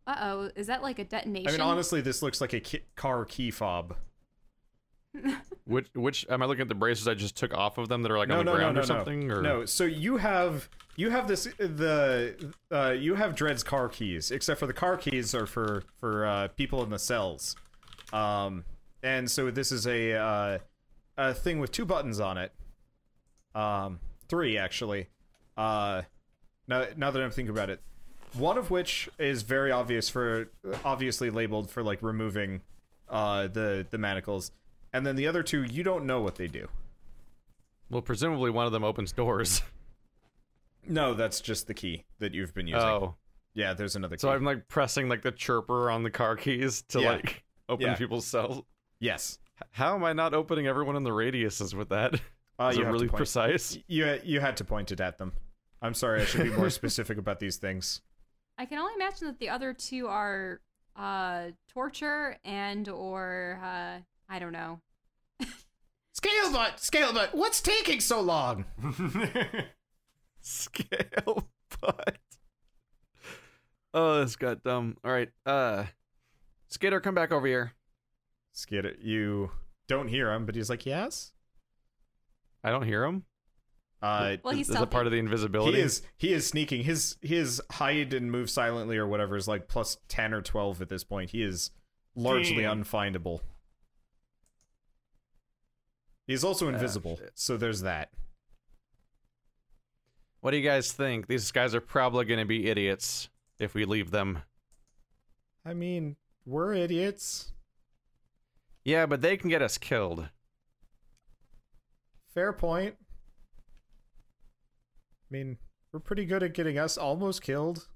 Speaker 4: Uh oh, is that like a detonation?
Speaker 2: I mean, honestly, this looks like a ki- car key fob.
Speaker 1: Which which am I looking at the braces I just took off of them that are like on the ground or something?
Speaker 2: no.
Speaker 1: Or
Speaker 2: No, so you have you have this the uh, you have Dred's car keys, except for the car keys are for for uh, people in the cells. Um, and so this is a uh, a thing with two buttons on it. Um, three actually. Uh, now now that I'm thinking about it, one of which is very obvious for obviously labeled for like removing uh, the the manacles, and then the other two you don't know what they do.
Speaker 1: Well, presumably one of them opens doors.
Speaker 2: No, that's just the key that you've been using.
Speaker 1: [laughs] oh,
Speaker 2: Yeah, there's another key.
Speaker 1: so I'm like pressing like the chirper on the car keys to
Speaker 2: Yeah.
Speaker 1: like open
Speaker 2: Yeah.
Speaker 1: people's cells.
Speaker 2: yes.
Speaker 1: H- How am I not opening everyone in the radiuses with that?
Speaker 2: Uh,
Speaker 1: Is
Speaker 2: you
Speaker 1: it
Speaker 2: have
Speaker 1: really
Speaker 2: to point-
Speaker 1: precise?
Speaker 2: You you had to point it at them. I'm sorry, I should be
Speaker 1: [laughs]
Speaker 2: more specific about these things.
Speaker 4: I can only imagine that the other two are uh, torture and or uh, I don't know. [laughs]
Speaker 2: Scalebot, Scalebot, what's taking so long? [laughs]
Speaker 1: Scale butt. Oh, this got dumb. All right, uh, Skater, come back over here.
Speaker 2: Skid, you don't hear him, but he's like, yes.
Speaker 1: I don't hear him.
Speaker 2: Uh,
Speaker 4: Well, he's
Speaker 1: is that part
Speaker 4: stealthy.
Speaker 1: of the
Speaker 2: he
Speaker 1: invisibility?
Speaker 2: is he is sneaking. His his hide and move silently or whatever is like plus ten or twelve at this point. He is largely
Speaker 3: Damn.
Speaker 2: unfindable. He's also invisible,
Speaker 1: Ah, shit.
Speaker 2: so there's that.
Speaker 1: What do you guys think? These guys are probably going to be idiots if we leave them.
Speaker 2: I mean, we're idiots.
Speaker 1: Yeah, but they can get us killed.
Speaker 2: Fair point. I mean, we're pretty good at getting us almost killed.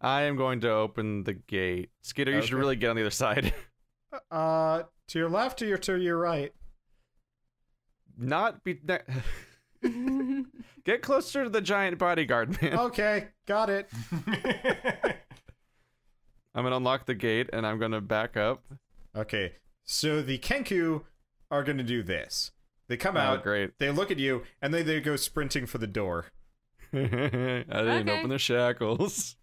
Speaker 1: I am going to open the gate. Skeeter, you should
Speaker 2: Okay.
Speaker 1: really get on the other side. [laughs]
Speaker 2: Uh, to your left or your, to
Speaker 1: [laughs]
Speaker 2: your right?
Speaker 1: Not be. Ne- get
Speaker 2: Oh.
Speaker 1: closer to the giant bodyguard, man.
Speaker 2: Okay, got it.
Speaker 1: I'm gonna unlock the gate and I'm gonna back up.
Speaker 2: Okay, so the Kenku are gonna do this. They come
Speaker 1: Oh,
Speaker 2: out,
Speaker 1: great. [laughs]
Speaker 2: they look at you, and they, they go sprinting for the door.
Speaker 1: I didn't
Speaker 4: Okay.
Speaker 1: open the shackles.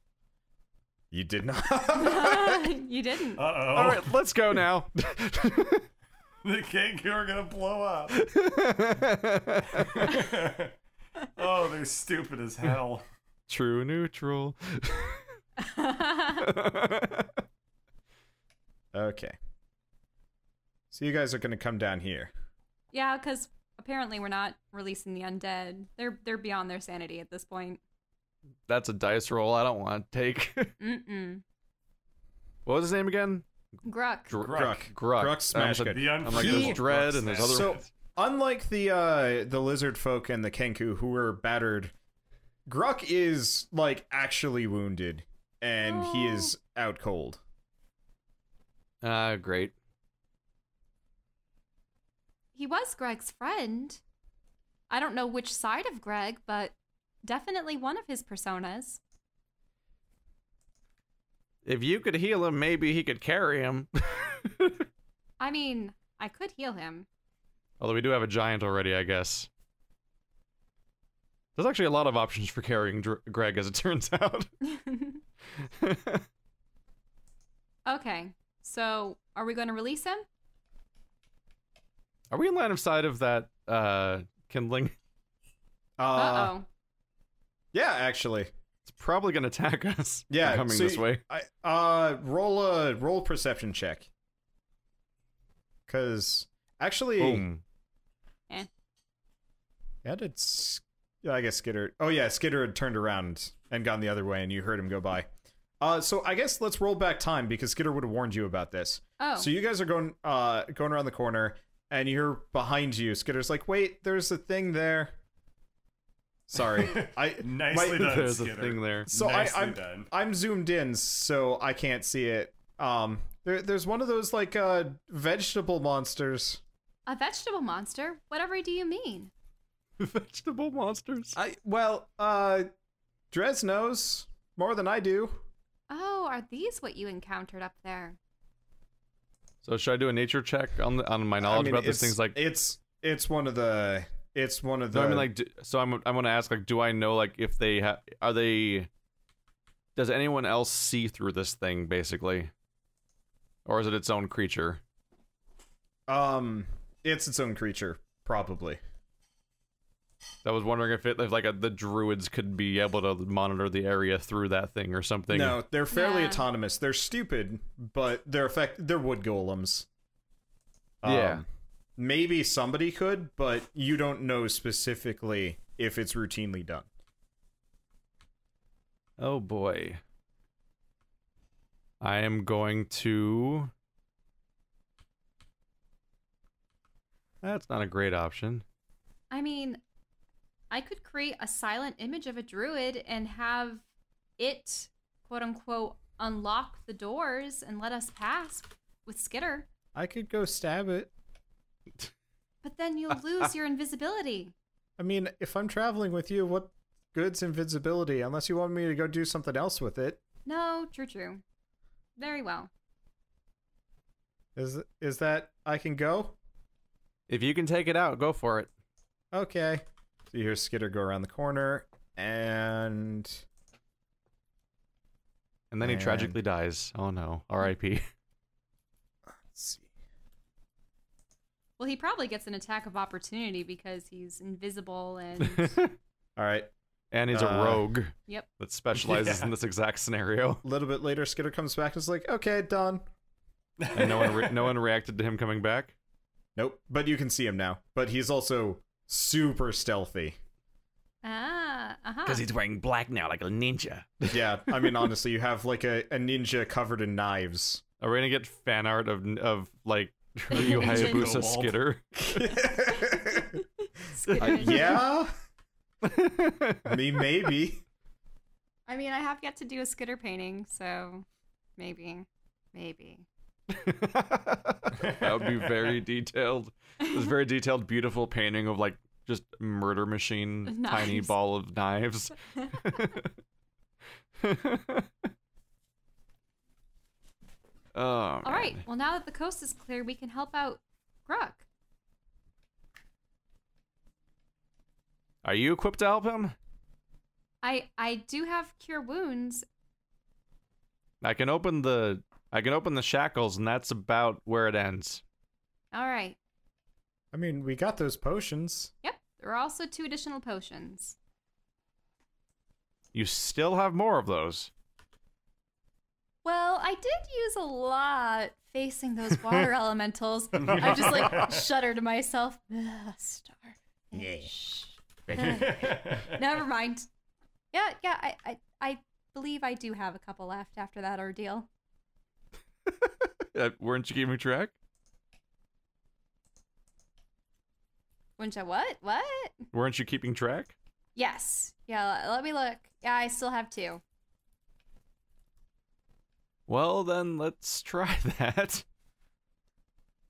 Speaker 2: You did not.
Speaker 1: [laughs]
Speaker 4: you didn't.
Speaker 3: Uh oh.
Speaker 1: All right, let's go now.
Speaker 3: [laughs] The Kanku are gonna blow up. [laughs] oh, they're stupid as hell. [laughs]
Speaker 1: True neutral. Uh.
Speaker 2: okay. So you guys are gonna come down here.
Speaker 4: [laughs] yeah, because apparently we're not releasing the undead. They're they're beyond their sanity at this point.
Speaker 1: That's a dice roll I don't want to take. [laughs]
Speaker 4: Mm-mm.
Speaker 1: what was his name again?
Speaker 4: Gruck.
Speaker 1: Dr-
Speaker 2: Gruck.
Speaker 1: Gruck. I
Speaker 2: Gruck
Speaker 1: almost
Speaker 2: smash
Speaker 1: said-
Speaker 2: good.
Speaker 3: The
Speaker 1: I'm like, there's
Speaker 3: unforgivable
Speaker 1: Dread
Speaker 3: Gruck
Speaker 1: and there's
Speaker 3: Smash.
Speaker 1: other-
Speaker 2: So, unlike the uh, the lizard folk and the Kenku who were battered, Gruck is like actually wounded, and he is out cold.
Speaker 1: Ah, great.
Speaker 4: He was Greg's friend. I don't know which side of Greg, but definitely one of his personas.
Speaker 1: If you could heal him, maybe he could carry him. [laughs]
Speaker 4: I mean, I could heal him. [laughs]
Speaker 1: Although we do have a giant already, I guess. There's actually a lot of options for carrying Dr- Greg, as it [laughs] turns out.
Speaker 4: okay, so are we going to release him?
Speaker 1: Are we in line of sight of that uh, kindling? [laughs]
Speaker 2: Uh,
Speaker 4: Uh oh.
Speaker 2: Yeah, actually,
Speaker 1: It's probably going to attack us. for
Speaker 2: yeah.
Speaker 1: coming
Speaker 2: so
Speaker 1: this
Speaker 2: you-
Speaker 1: way.
Speaker 2: I, uh, roll a roll perception check. Cause actually,
Speaker 1: Boom.
Speaker 2: yeah, did S- yeah, I guess Skitter? Oh yeah, Skitter had turned around and gone the other way, and you heard him go by. Uh, so I guess let's roll back time because Skitter would have warned you about this.
Speaker 4: Oh.
Speaker 2: So you guys are going uh going around the corner and you're behind you. Skitter's like, wait, there's a thing there.
Speaker 3: [laughs]
Speaker 2: Sorry. I
Speaker 3: Nicely done,
Speaker 1: [laughs] There's a
Speaker 3: Skitter.
Speaker 1: thing
Speaker 2: [laughs]
Speaker 1: there.
Speaker 2: so I,
Speaker 3: Nicely
Speaker 2: I'm
Speaker 3: done.
Speaker 2: I'm zoomed in, so I can't see it. Um there, there's one of those like uh vegetable monsters.
Speaker 4: a vegetable monster? Whatever do you mean?
Speaker 1: Vegetable monsters.
Speaker 2: I well, uh Drez knows more than I do.
Speaker 4: Oh, are these what you encountered up there?
Speaker 1: So should I do a nature check on the, on my knowledge
Speaker 2: I mean,
Speaker 1: about this
Speaker 2: it's-
Speaker 1: things? Like,
Speaker 2: it's it's one of the it's one of the
Speaker 1: no, I mean, like, do, so I'm I'm gonna ask like, do I know like if they ha- are they? Does anyone else see through this thing basically, or is it its own creature?
Speaker 2: um it's its own creature, probably.
Speaker 1: I was wondering if it if like a, the druids could be able to monitor the area through that thing or something.
Speaker 2: No, they're fairly
Speaker 4: Yeah.
Speaker 2: autonomous. They're stupid, but they're effect. They're wood golems. Um,
Speaker 1: Yeah.
Speaker 2: maybe somebody could, but you don't know specifically if it's routinely done.
Speaker 1: Oh boy. I am going to. That's not a great option.
Speaker 4: I mean, I could create a silent image of a druid and have it, quote unquote, unlock the doors and let us pass with Skitter.
Speaker 2: I could go stab it.
Speaker 4: But then you'll lose your invisibility.
Speaker 2: I mean, if I'm traveling with you, what good's invincibility? Unless you want me to go do something else with it.
Speaker 4: No, true, true. Very well.
Speaker 2: Is is that I can go?
Speaker 1: If you can take it out, go for it.
Speaker 2: Okay. So you hear Skitter go around the corner, and
Speaker 1: And then he
Speaker 2: And-
Speaker 1: tragically dies. Oh no. R.I.P.
Speaker 2: let's see.
Speaker 4: Well, he probably gets an attack of opportunity because he's
Speaker 1: [laughs]
Speaker 4: invisible and.
Speaker 2: All right.
Speaker 1: and he's a
Speaker 2: Uh,
Speaker 1: rogue
Speaker 4: yep.
Speaker 1: that specializes
Speaker 3: Yeah.
Speaker 1: in this exact scenario.
Speaker 2: A little bit later, Skitter comes back and is like, "Okay, done."
Speaker 1: And no one re- no one reacted to him coming [laughs] back.
Speaker 2: Nope. But you can see him now. But he's also super stealthy.
Speaker 4: Ah, uh huh.
Speaker 1: wearing black now like a ninja.
Speaker 2: Yeah. I mean, honestly, you have like a, a ninja covered in
Speaker 4: [laughs]
Speaker 2: knives.
Speaker 1: Are we gonna get fan art of of [laughs] like Ryu
Speaker 4: Ninja.
Speaker 1: Hayabusa
Speaker 3: Gobald.
Speaker 1: Skitter?
Speaker 2: Uh, yeah.
Speaker 1: [laughs]
Speaker 2: Me, maybe.
Speaker 4: I mean, I have yet to do a Skitter painting, so maybe. Maybe.
Speaker 1: [laughs] that would be
Speaker 4: [laughs]
Speaker 1: very detailed. This very detailed, beautiful painting of like just murder machine, tiny
Speaker 4: Knives.
Speaker 1: ball of
Speaker 4: [laughs]
Speaker 1: knives. [laughs] Oh,
Speaker 4: All right. Well, now that the coast is clear, we can help out Gruk.
Speaker 1: Are you equipped to help him?
Speaker 4: I I do have cure wounds.
Speaker 1: I can open the I can open the shackles, and that's about where it ends.
Speaker 4: All right.
Speaker 5: I mean, we got those potions.
Speaker 4: Yep. There are also two additional potions.
Speaker 1: You still have more of [laughs] those.
Speaker 4: Well, I did use a lot facing those water elementals. I just like shudder to myself. Ugh, starfish.
Speaker 2: [laughs]
Speaker 4: Ugh. Never mind. Yeah, yeah, I, I, I believe I do have a couple left after that ordeal.
Speaker 1: Uh, weren't you keeping track?
Speaker 4: Wincha, what? What?
Speaker 1: Weren't you keeping track?
Speaker 4: Yes. Yeah, l- let me look. Yeah, I still have two.
Speaker 1: Well, then let's try [laughs] that.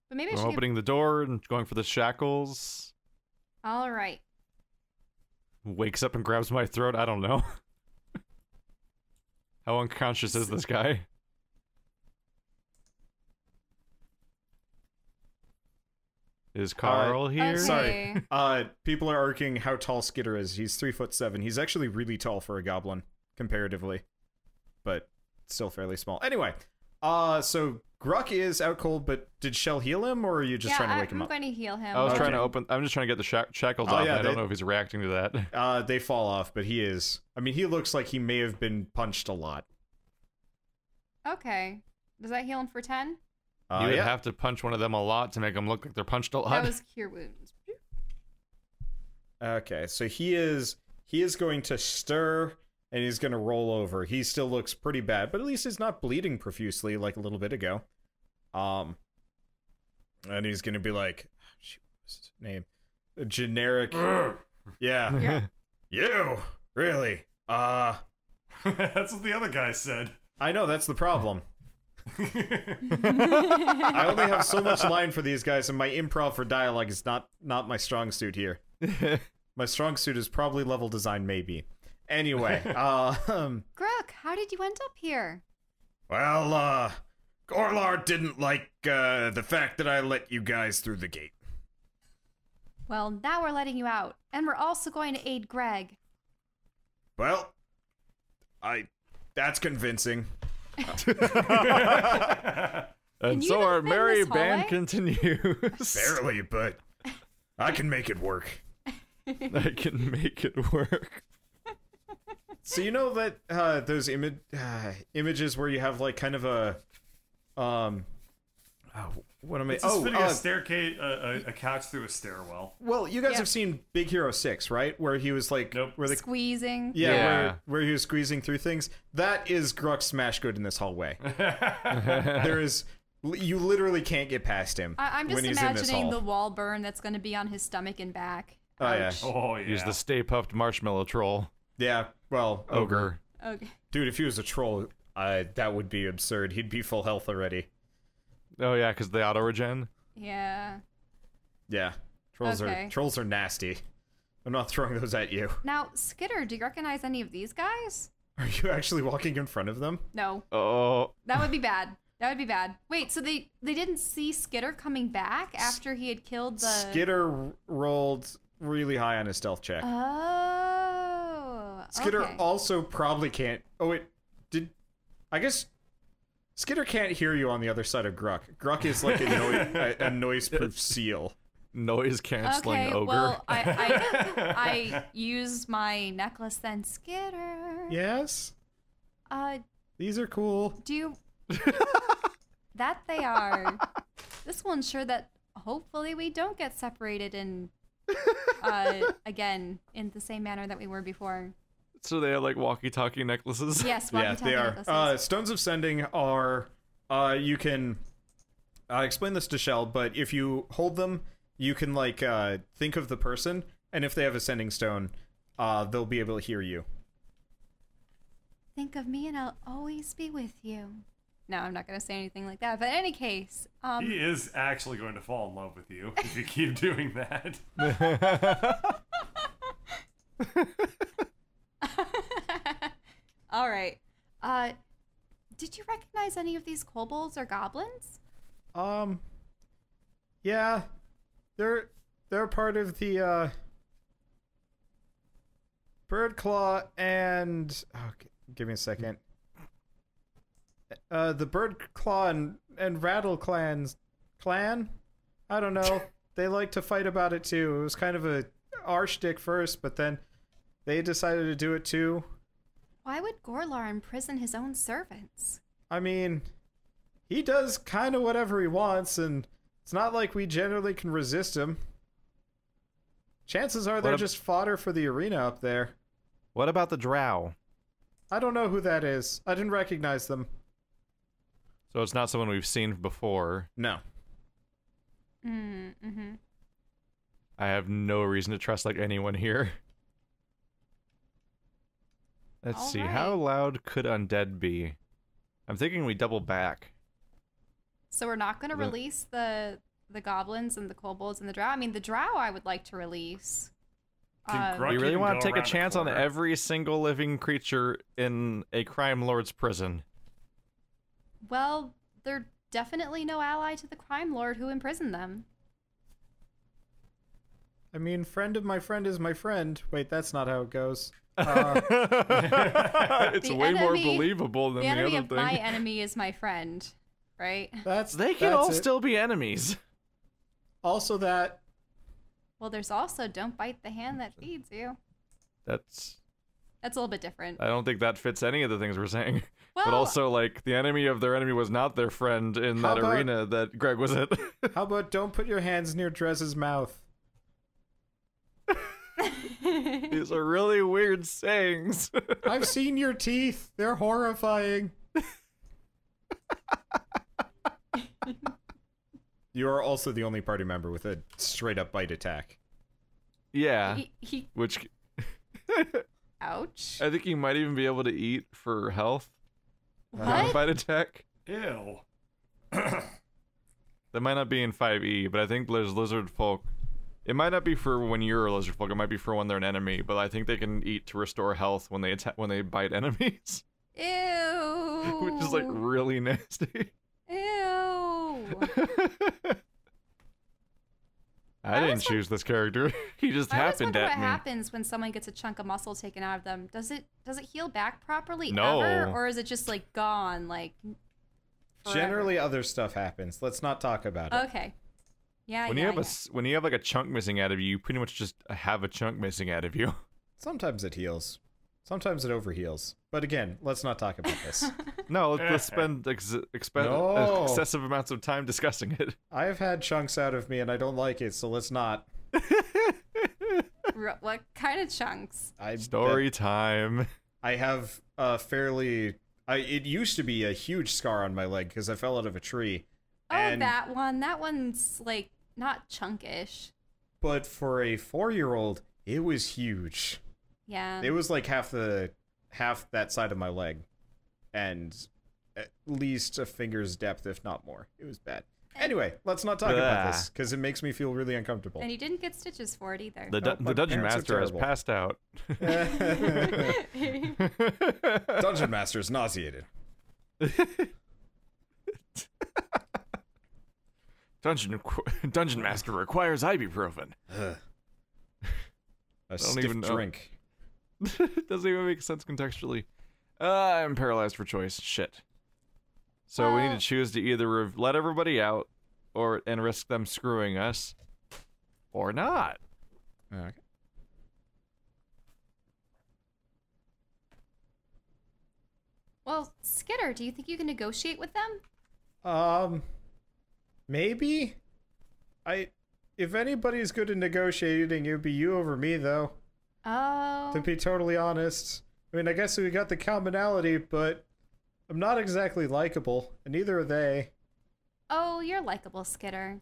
Speaker 4: But maybe I
Speaker 1: We're
Speaker 4: should. Give...
Speaker 1: opening the door and going for the shackles.
Speaker 4: All right.
Speaker 1: Wakes up and grabs my throat. I don't know. [laughs] How unconscious is this guy? Is
Speaker 2: Uh,
Speaker 1: Carl here?
Speaker 2: Sorry.
Speaker 4: Okay.
Speaker 2: Uh, people are arguing how tall Skitter is. He's three foot seven. He's actually really tall for a goblin, comparatively, but still fairly small. Anyway, uh, so Gruck is out cold, but did Shell heal him, or are you just
Speaker 4: yeah,
Speaker 2: trying to
Speaker 4: I,
Speaker 2: wake him
Speaker 4: I'm
Speaker 2: up?
Speaker 4: going to heal him.
Speaker 1: I was trying to
Speaker 2: Okay.
Speaker 1: open. I'm just trying to get the shack shackles
Speaker 2: Oh,
Speaker 1: off.
Speaker 2: yeah,
Speaker 1: I don't
Speaker 2: they-
Speaker 1: know if he's reacting to that.
Speaker 2: Uh, they fall off, but he is. I mean, he looks like he may have been punched a lot.
Speaker 4: Okay. Does that heal him for 10?
Speaker 2: Uh,
Speaker 1: you would
Speaker 2: yeah.
Speaker 1: have to punch one of them a lot to make them look like they're punched a lot.
Speaker 4: That was cure wounds.
Speaker 2: Okay, so he is he is going to stir and he's going to roll over. He still looks pretty bad, but at least he's not bleeding profusely like a little bit ago. Um, and he's going to be like, oh, shoot, what's his name?
Speaker 1: [laughs]
Speaker 2: A generic, yeah,
Speaker 4: Yeah.
Speaker 2: you really? Uh,
Speaker 3: That's what the other guy said.
Speaker 2: I know that's the problem. I only have so much line for these guys, and my improv for dialogue is not not my strong suit [laughs] here. my strong suit is probably level design, maybe. [laughs] Anyway, uh, um,
Speaker 4: Gruk, how did you end up here?
Speaker 2: Well, uh, Gorlar didn't like uh, the fact that I let you guys through the gate.
Speaker 4: Well, now we're letting you out, and we're also going to aid Greg.
Speaker 2: Well, I. That's convincing.
Speaker 4: Can
Speaker 1: and
Speaker 4: you
Speaker 1: so
Speaker 4: not
Speaker 1: our
Speaker 4: fit in
Speaker 1: merry
Speaker 4: this
Speaker 1: band
Speaker 4: hallway? [laughs]
Speaker 1: continues.
Speaker 2: Barely, but I can make it work.
Speaker 1: I can make it work.
Speaker 2: So you know that uh, those image uh, images where you have like kind of a, um, oh, what am I?
Speaker 3: It's just
Speaker 2: oh,
Speaker 3: fitting
Speaker 2: uh,
Speaker 3: a staircase, a, a, a couch through a stairwell.
Speaker 2: well, you guys
Speaker 4: Yeah.
Speaker 2: have seen Big Hero Six, right? Where he was like,
Speaker 3: Nope.
Speaker 2: where the
Speaker 4: Squeezing.
Speaker 2: yeah,
Speaker 1: Yeah.
Speaker 2: Where, where he was squeezing through things. That is Grux Smash Good in this
Speaker 3: [laughs]
Speaker 2: hallway. there is, you literally can't get past him.
Speaker 4: I- I'm just
Speaker 2: when he's in this
Speaker 4: imagining
Speaker 2: hall.
Speaker 4: the wall burn that's going to be on his stomach and back.
Speaker 2: Oh yeah,
Speaker 3: Oh yeah.
Speaker 1: Use the Stay Puffed Marshmallow Troll
Speaker 2: yeah. Well,
Speaker 3: Oh.
Speaker 2: ogre.
Speaker 1: Ogre.
Speaker 4: Okay.
Speaker 2: dude. If he was a troll, uh, that would be absurd. He'd be full health already.
Speaker 1: Oh yeah, because the auto regen.
Speaker 4: Yeah.
Speaker 2: Yeah, trolls
Speaker 4: Okay.
Speaker 2: are trolls are nasty. I'm not throwing those at you. [laughs]
Speaker 4: Now, Skitter, do you recognize any of these guys?
Speaker 2: Are you actually walking in front of them?
Speaker 4: No.
Speaker 1: Oh,
Speaker 4: That would be bad. That would be bad. Wait, so they they didn't see Skitter coming back after he had killed the
Speaker 2: Skitter r- rolled really high on his stealth check.
Speaker 4: Oh.
Speaker 2: Skitter
Speaker 4: Uh, okay.
Speaker 2: also probably can't. Oh wait, did I guess Skitter can't hear you on the other side of Gruck. Gruck is like a,
Speaker 4: [laughs]
Speaker 2: noi- a, a noise-proof seal.
Speaker 1: noise canceling
Speaker 4: Okay,
Speaker 1: ogre.
Speaker 4: well,
Speaker 2: [laughs]
Speaker 4: I, I I use my necklace then, Skitter.
Speaker 2: Yes,
Speaker 4: Uh,
Speaker 2: these are cool.
Speaker 4: do you? that they are. This will ensure that hopefully we don't get separated and uh, again in the same manner that we were before.
Speaker 1: [laughs] so they have like walkie-talkie necklaces.
Speaker 4: Yes,
Speaker 2: yeah,
Speaker 4: walkie-talkie
Speaker 2: they are.
Speaker 4: necklaces.
Speaker 2: Uh, Stones of Sending are. Uh, you can. I explain this to Shell, but if you hold them, you can like uh, think of the person, and if they have a sending stone, uh, they'll be able to hear you.
Speaker 4: Think of me, and I'll always be with you. No, I'm not gonna say anything like that. But in any case, um,
Speaker 3: He is actually going to fall in love with you if you keep [laughs] doing that.
Speaker 4: [laughs] all right. Uh, Did you recognize any of these kobolds or goblins?
Speaker 5: Um, yeah, they're they're part of the uh, Birdclaw and oh, g- give me a second. Uh, the Birdclaw and and Rattle clans clan. I don't know. they like to fight about it too. It was kind of a our shtick first, but then they decided to do it too.
Speaker 4: Why would Gorlar imprison his own servants?
Speaker 5: I mean, he does kind of whatever he wants, and it's not like we generally can resist him. Chances are they're
Speaker 1: ab-
Speaker 5: just fodder for the arena up there.
Speaker 1: [laughs] What about the drow?
Speaker 5: I don't know who that is. I didn't recognize them.
Speaker 1: So it's not someone we've seen before.
Speaker 5: No.
Speaker 4: Mm, hmm
Speaker 1: I have no reason to trust like anyone here. Let's
Speaker 4: All
Speaker 1: see. How
Speaker 4: right.
Speaker 1: loud could undead be? I'm thinking we double back.
Speaker 4: So we're not going to
Speaker 1: The-
Speaker 4: release the the goblins and the kobolds and the drow. I mean, the drow I would like to release.
Speaker 3: Can
Speaker 4: Um,
Speaker 3: Grunt
Speaker 1: we really
Speaker 3: can
Speaker 1: want
Speaker 3: go
Speaker 1: to take a
Speaker 3: around the
Speaker 1: chance on
Speaker 3: corner.
Speaker 1: every single living creature in a crime lord's prison.
Speaker 4: well, they're definitely no ally to the crime lord who imprisoned them.
Speaker 5: I mean, friend of my friend is my friend. Wait, that's not how it goes. Uh,
Speaker 1: Uh, [laughs] it's
Speaker 4: The
Speaker 1: way more
Speaker 4: enemy-
Speaker 1: believable than
Speaker 4: the enemy
Speaker 1: other
Speaker 4: of
Speaker 1: thing. [laughs]
Speaker 4: my enemy is my friend, right?
Speaker 5: that's
Speaker 1: they can
Speaker 5: that's
Speaker 1: all
Speaker 5: it.
Speaker 1: still be enemies.
Speaker 5: Also, that
Speaker 4: Well, there's also don't bite the hand that feeds you.
Speaker 1: That's
Speaker 4: That's a little bit different.
Speaker 1: I don't think that fits any of the things we're saying. [laughs] but
Speaker 4: Well-
Speaker 1: also like the enemy of their enemy was not their friend in
Speaker 5: How
Speaker 1: that
Speaker 5: about-
Speaker 1: arena that Greg was
Speaker 4: [laughs]
Speaker 1: at.
Speaker 5: how about don't put your hands near Drez's mouth?
Speaker 1: [laughs] These are really weird sayings. [laughs]
Speaker 5: I've seen your teeth. They're horrifying.
Speaker 2: You are also the only party member with a straight up bite attack.
Speaker 1: yeah,
Speaker 4: he, he,
Speaker 1: which
Speaker 4: ouch.
Speaker 1: I think you might even be able to eat for health on a [laughs]
Speaker 4: what?
Speaker 1: fight attack.
Speaker 3: Ew.
Speaker 1: That might not be in 5e, but I think there's lizard folk. It might not be for when you're a lizard folk. It might be for when they're an enemy. But I think they can eat to restore health when they atta- when they bite enemies, [laughs]
Speaker 4: Ew.
Speaker 1: which is like really nasty. [laughs]
Speaker 4: Ew.
Speaker 1: I didn't
Speaker 4: was like-
Speaker 1: choose this character. [laughs] he just
Speaker 4: I always
Speaker 1: happened
Speaker 4: wonder
Speaker 1: at
Speaker 4: what
Speaker 1: me.
Speaker 4: happens when someone gets a chunk of muscle taken out of them. Does it does it heal back properly
Speaker 1: No.
Speaker 4: ever, or is it just like gone? Like forever?
Speaker 2: Generally, other stuff happens. Let's not talk about it.
Speaker 4: Okay. Yeah.
Speaker 1: Uh, When
Speaker 4: yeah,
Speaker 1: you have a
Speaker 4: yeah.
Speaker 1: s- when you have like a chunk missing out of you, you pretty much just have a chunk missing out of you. [laughs]
Speaker 2: Sometimes it heals. Sometimes it overheals. But again, let's not talk about
Speaker 4: [laughs]
Speaker 2: this.
Speaker 1: No, let's, let's
Speaker 2: [laughs]
Speaker 1: spend ex- expen-
Speaker 2: No.
Speaker 1: excessive amounts of time discussing it.
Speaker 2: I've had chunks out of me and I don't like it, so let's not.
Speaker 4: Ro- what kind of chunks?
Speaker 2: I
Speaker 1: Story time.
Speaker 2: I have a fairly. I it used to be a huge scar on my leg because I fell out of a tree.
Speaker 4: Oh,
Speaker 2: and,
Speaker 4: that one. That one's like not chunkish.
Speaker 2: But for a four-year-old, it was huge.
Speaker 4: Yeah.
Speaker 2: It was like half the half that side of my leg, and at least a finger's depth, if not more. It was bad. Anyway, let's not talk about
Speaker 1: Blah.
Speaker 2: this because it makes me feel really uncomfortable.
Speaker 4: and you didn't get stitches for it either.
Speaker 1: The, du-
Speaker 2: my
Speaker 1: the dungeon
Speaker 2: parents are
Speaker 1: master has
Speaker 2: terrible.
Speaker 1: passed out.
Speaker 2: Dungeon Master's nauseated.
Speaker 1: Dungeon qu- [laughs] Dungeon Master requires ibuprofen.
Speaker 2: A
Speaker 1: don't
Speaker 2: stiff
Speaker 1: even know.
Speaker 2: drink.
Speaker 1: [laughs] Doesn't even make sense contextually. Uh, I'm paralyzed for choice. Shit. So we need
Speaker 4: Well-
Speaker 1: to choose to either rev- let everybody out, or and risk them screwing us, or not. Oh,
Speaker 2: Okay.
Speaker 4: [laughs] well, Skitter, do you think you can negotiate with them?
Speaker 5: Um, maybe. I, if anybody's good at negotiating, it'd be you over me, though.
Speaker 4: Oh.
Speaker 5: To be totally honest, I mean, I guess we got the commonality, but I'm not exactly likable, and neither are they.
Speaker 4: Oh, you're likable, Skitter.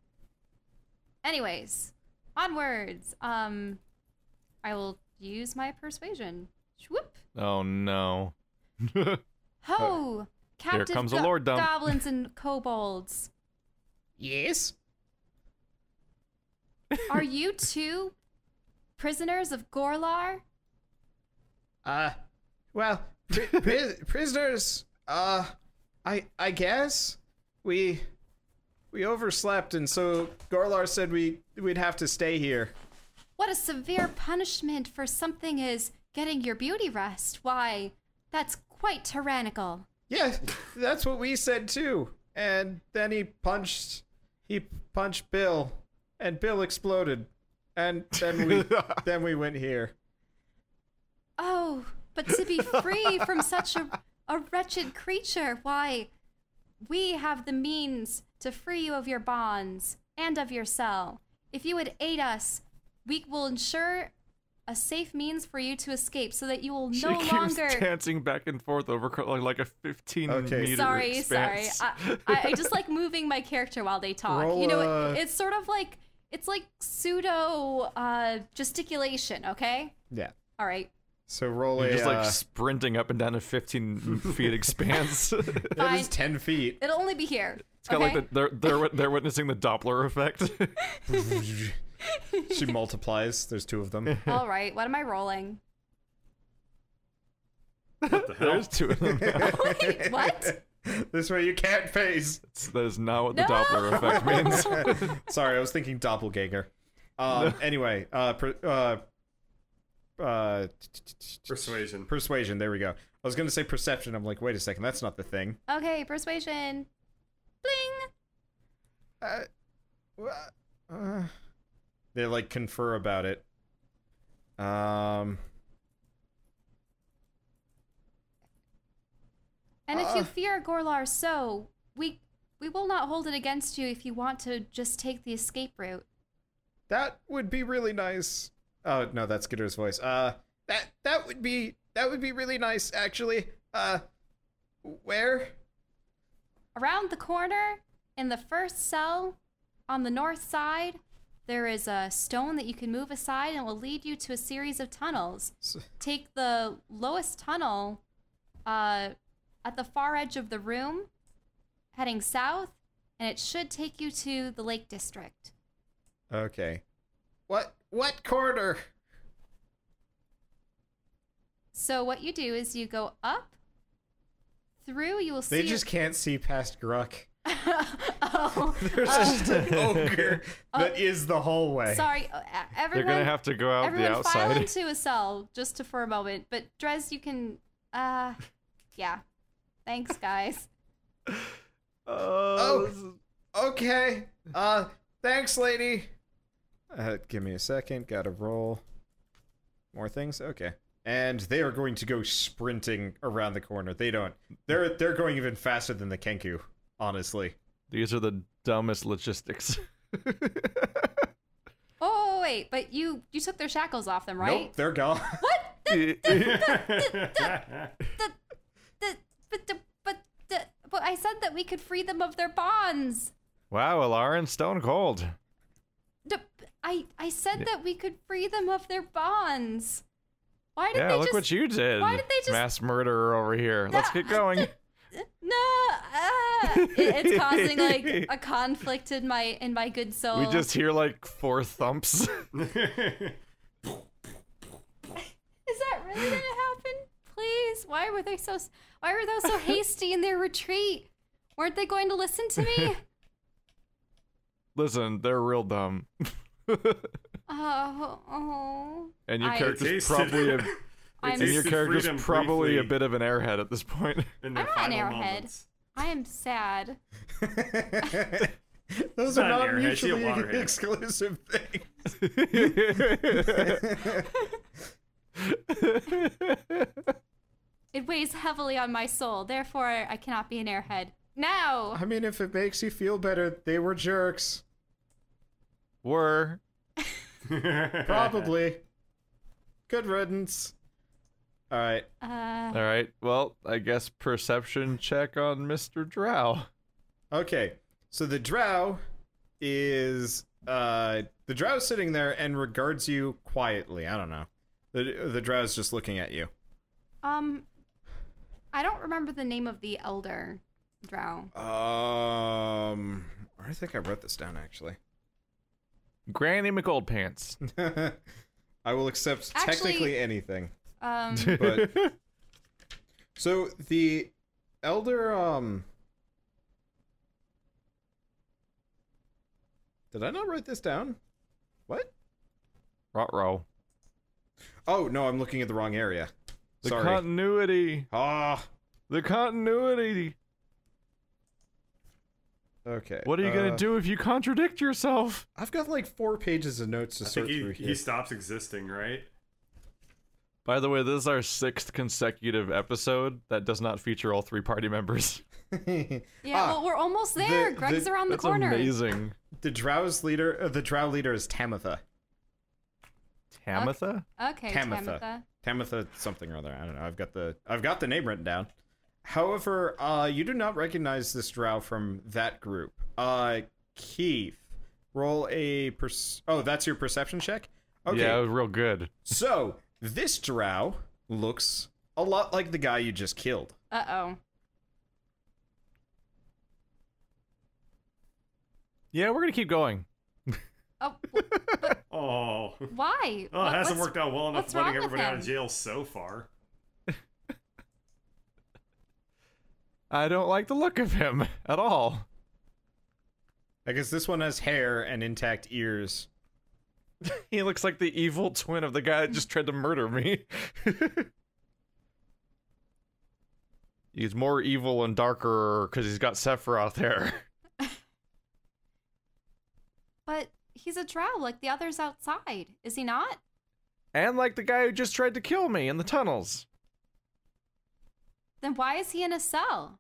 Speaker 4: Anyways, onwards. Um, I will use my persuasion. Swoop.
Speaker 1: Oh no. [laughs] All
Speaker 4: Ho! Captive
Speaker 1: comes a
Speaker 4: go-
Speaker 1: lord dump. [laughs]
Speaker 4: goblins and kobolds.
Speaker 5: Yes.
Speaker 4: Are you two prisoners of Gorlar?
Speaker 5: [laughs] Uh, well, pri- pri- prisoners. Uh,
Speaker 2: I I guess we we overslept, and so Gorlar said we we'd have to stay here.
Speaker 4: What a severe punishment for something is getting your beauty rest. Why, that's quite tyrannical.
Speaker 2: Yeah, that's what we said too. And then he punched he punched Bill, and Bill exploded, and
Speaker 5: [laughs]
Speaker 2: then we then we went here.
Speaker 4: Oh, but to be
Speaker 1: [laughs]
Speaker 4: free from such a, a wretched creature, why, we have the means to free you of your bonds and of your cell. If you would aid us, we will ensure a safe means for you to escape so that you will
Speaker 1: She
Speaker 4: no
Speaker 1: keeps
Speaker 4: longer.
Speaker 1: dancing back and forth over cr- like, like a 15
Speaker 2: Okay.
Speaker 1: meter
Speaker 4: sorry, sorry.
Speaker 1: expanse.
Speaker 4: I, I, I just like moving my character while they talk.
Speaker 2: Roll
Speaker 4: you know,
Speaker 2: a-
Speaker 4: it, it's sort of like it's like pseudo uh, gesticulation. Okay,
Speaker 2: Yeah.
Speaker 4: all right.
Speaker 2: So roll
Speaker 1: [laughs] You're
Speaker 2: a
Speaker 1: just
Speaker 2: uh,
Speaker 1: like sprinting up and down a 15 feet expanse. [laughs] it's
Speaker 2: that is
Speaker 4: fine.
Speaker 2: ten feet.
Speaker 4: It'll only be here.
Speaker 1: kind
Speaker 4: okay?
Speaker 1: of like the, they're, they're wit- they're witnessing the Doppler effect. [laughs]
Speaker 2: she multiplies. There's two of them.
Speaker 4: All right, what am
Speaker 2: [laughs]
Speaker 4: I rolling? [laughs]
Speaker 1: [laughs]
Speaker 3: What the hell?
Speaker 1: There's two of
Speaker 3: [laughs]
Speaker 1: them.
Speaker 4: Wait, what?
Speaker 2: [laughs] This way you can't phase.
Speaker 1: That's- That is not what the
Speaker 4: No!
Speaker 1: Doppler effect
Speaker 4: [laughs]
Speaker 1: means.
Speaker 2: Sorry, I was thinking doppelganger. Um, Anyway, uh, per, uh, uh,
Speaker 3: Persuasion. [laughs]
Speaker 2: persuasion. There we go. I was gonna say perception. I'm like, wait a second, that's not the thing.
Speaker 4: Okay, persuasion. Bling.
Speaker 2: Uh, uh, they like confer about it. Um,
Speaker 4: And if you
Speaker 2: Uh.
Speaker 4: fear Gorlar so, we we will not hold it against you if you want to just take the escape route.
Speaker 2: that would be really nice. Oh no, that's Skitter's voice. Uh, that that would be that would be really nice actually. Uh, where?
Speaker 4: Around the corner, in the first cell, on the north side, there is a stone that you can move aside and it will lead you to a series of tunnels.
Speaker 2: S-
Speaker 4: Take the lowest tunnel uh, at the far edge of the room, heading south, and it should take you to the Lake District.
Speaker 2: Okay. What what corner?
Speaker 4: So what you do is you go up through. You will see.
Speaker 2: They just can't see past Gruck.
Speaker 4: [laughs]
Speaker 2: [laughs]
Speaker 4: oh,
Speaker 2: There's [laughs] just an ogre that is the hallway.
Speaker 4: sorry. uh,
Speaker 1: They're
Speaker 4: Everyone,
Speaker 1: going to have to go out the
Speaker 4: everyone, file
Speaker 1: outside.
Speaker 4: into a cell just to, for a moment. But Drez, you can. Uh, yeah.
Speaker 1: [laughs]
Speaker 4: Thanks, guys.
Speaker 1: [laughs] oh,
Speaker 2: this Okay. Uh, thanks, lady. Uh, give me a second. Gotta roll. More things. Okay. And they are going to go sprinting around the corner. They don't. They're they're going even faster than the Kenku. Honestly.
Speaker 1: These are the dumbest
Speaker 4: [laughs]
Speaker 1: logistics. [laughs]
Speaker 4: Oh wait, but you you took their shackles off them, right?
Speaker 2: Nope. They're gone.
Speaker 4: What?
Speaker 3: That's
Speaker 4: The, the, but the, but the, but I said that we could free them of their bonds.
Speaker 1: wow, Alarin, stone cold.
Speaker 4: The- I I said that we could free them of their bonds. Why did
Speaker 1: yeah,
Speaker 4: they
Speaker 1: look
Speaker 4: just?
Speaker 1: what you did.
Speaker 4: why did they just-
Speaker 1: Mass murderer over here.
Speaker 4: [laughs]
Speaker 1: Let's get going.
Speaker 4: No, ah. It- it's causing like
Speaker 1: [laughs]
Speaker 4: a conflict in my in my good soul.
Speaker 1: we just hear like four thumps. [laughs]
Speaker 4: is that really gonna happen? Please, why were they so s- why were they so hasty in their retreat? Weren't they going to listen to me?
Speaker 1: Listen, they're real dumb. [laughs]
Speaker 4: oh, oh.
Speaker 1: And your
Speaker 4: I-
Speaker 1: character's
Speaker 3: Tasted- [laughs]
Speaker 1: probably a and
Speaker 4: I'm
Speaker 1: your
Speaker 3: tasted
Speaker 1: character's
Speaker 3: freedom
Speaker 1: probably a
Speaker 3: briefly.
Speaker 1: bit of an airhead at this point.
Speaker 3: in their
Speaker 4: I'm not an
Speaker 3: final
Speaker 4: arrowhead.
Speaker 1: [laughs]
Speaker 3: moments. [laughs]
Speaker 4: I am sad.
Speaker 2: Those
Speaker 3: Not
Speaker 2: are not
Speaker 3: an airhead, she a
Speaker 2: mutually
Speaker 3: waterhead.
Speaker 2: exclusive things.
Speaker 3: [laughs]
Speaker 4: It weighs heavily on my soul. Therefore, I cannot be an airhead. Now,
Speaker 2: I mean, if it makes you feel better, they were jerks.
Speaker 1: [laughs] Were
Speaker 3: [laughs]
Speaker 2: Probably. Good riddance. All right.
Speaker 4: uh,
Speaker 1: all right. Well, I guess perception check on Mr. Drow.
Speaker 2: Okay. So the drow is uh the drow is sitting there and regards you quietly. I don't know. The the drow is just looking at you.
Speaker 4: um, I don't remember the name of the elder drow.
Speaker 2: Um I think I wrote this down actually. [laughs]
Speaker 1: Granny [laughs] McGoldpants.
Speaker 2: I will accept
Speaker 4: Actually-
Speaker 2: technically anything.
Speaker 1: [laughs] Ah,
Speaker 4: Um,
Speaker 2: But so the elder um Did I not write this down? What?
Speaker 1: Rot row.
Speaker 2: Oh no, I'm looking at the wrong area.
Speaker 1: The
Speaker 2: Sorry.
Speaker 1: continuity.
Speaker 2: Ah.
Speaker 1: The continuity.
Speaker 2: Okay.
Speaker 1: What are you
Speaker 2: uh,
Speaker 1: gonna do if you contradict yourself?
Speaker 2: I've got like four pages of notes to
Speaker 3: I
Speaker 2: sort
Speaker 3: think
Speaker 2: through
Speaker 3: he,
Speaker 2: here.
Speaker 3: he stops existing, right?
Speaker 1: By the way, this is our sixth consecutive episode that does not feature all three party
Speaker 4: [laughs]
Speaker 1: members.
Speaker 2: [laughs]
Speaker 4: Yeah,
Speaker 2: Ah,
Speaker 4: well, we're almost there.
Speaker 2: the-
Speaker 4: Greg's
Speaker 2: the-
Speaker 4: around the
Speaker 1: That's
Speaker 4: corner.
Speaker 1: amazing.
Speaker 2: the Drow's leader. Uh, the Drow leader is Tamitha.
Speaker 1: Tamitha?
Speaker 4: Okay,
Speaker 2: Tamitha.
Speaker 4: Tamitha.
Speaker 2: Tamitha something or other. I don't know. I've got the I've got the name written down. However, uh, you do not recognize this drow from that group. Uh, Keith, roll a per. Oh, that's your perception check. Okay.
Speaker 1: Yeah, it was real good.
Speaker 2: So this drow looks a lot like the guy you just killed.
Speaker 4: Uh oh.
Speaker 1: Yeah, we're gonna keep going.
Speaker 4: Oh, w-
Speaker 3: Oh. [laughs] Oh,
Speaker 4: why?
Speaker 3: it hasn't
Speaker 4: what's-
Speaker 3: worked out well enough
Speaker 4: what's
Speaker 3: letting
Speaker 4: wrong with
Speaker 3: everybody out of
Speaker 4: him?
Speaker 3: jail so far.
Speaker 1: I don't like the look of him at all.
Speaker 2: I guess this one has hair and intact ears.
Speaker 1: He looks like the evil twin of the guy that just tried to murder me. [laughs] he's more evil and darker because he's got Sephiroth there.
Speaker 4: But he's a drow like the others outside, is he not?
Speaker 1: And like the guy who just tried to kill me in the tunnels.
Speaker 4: Then why is he in a cell?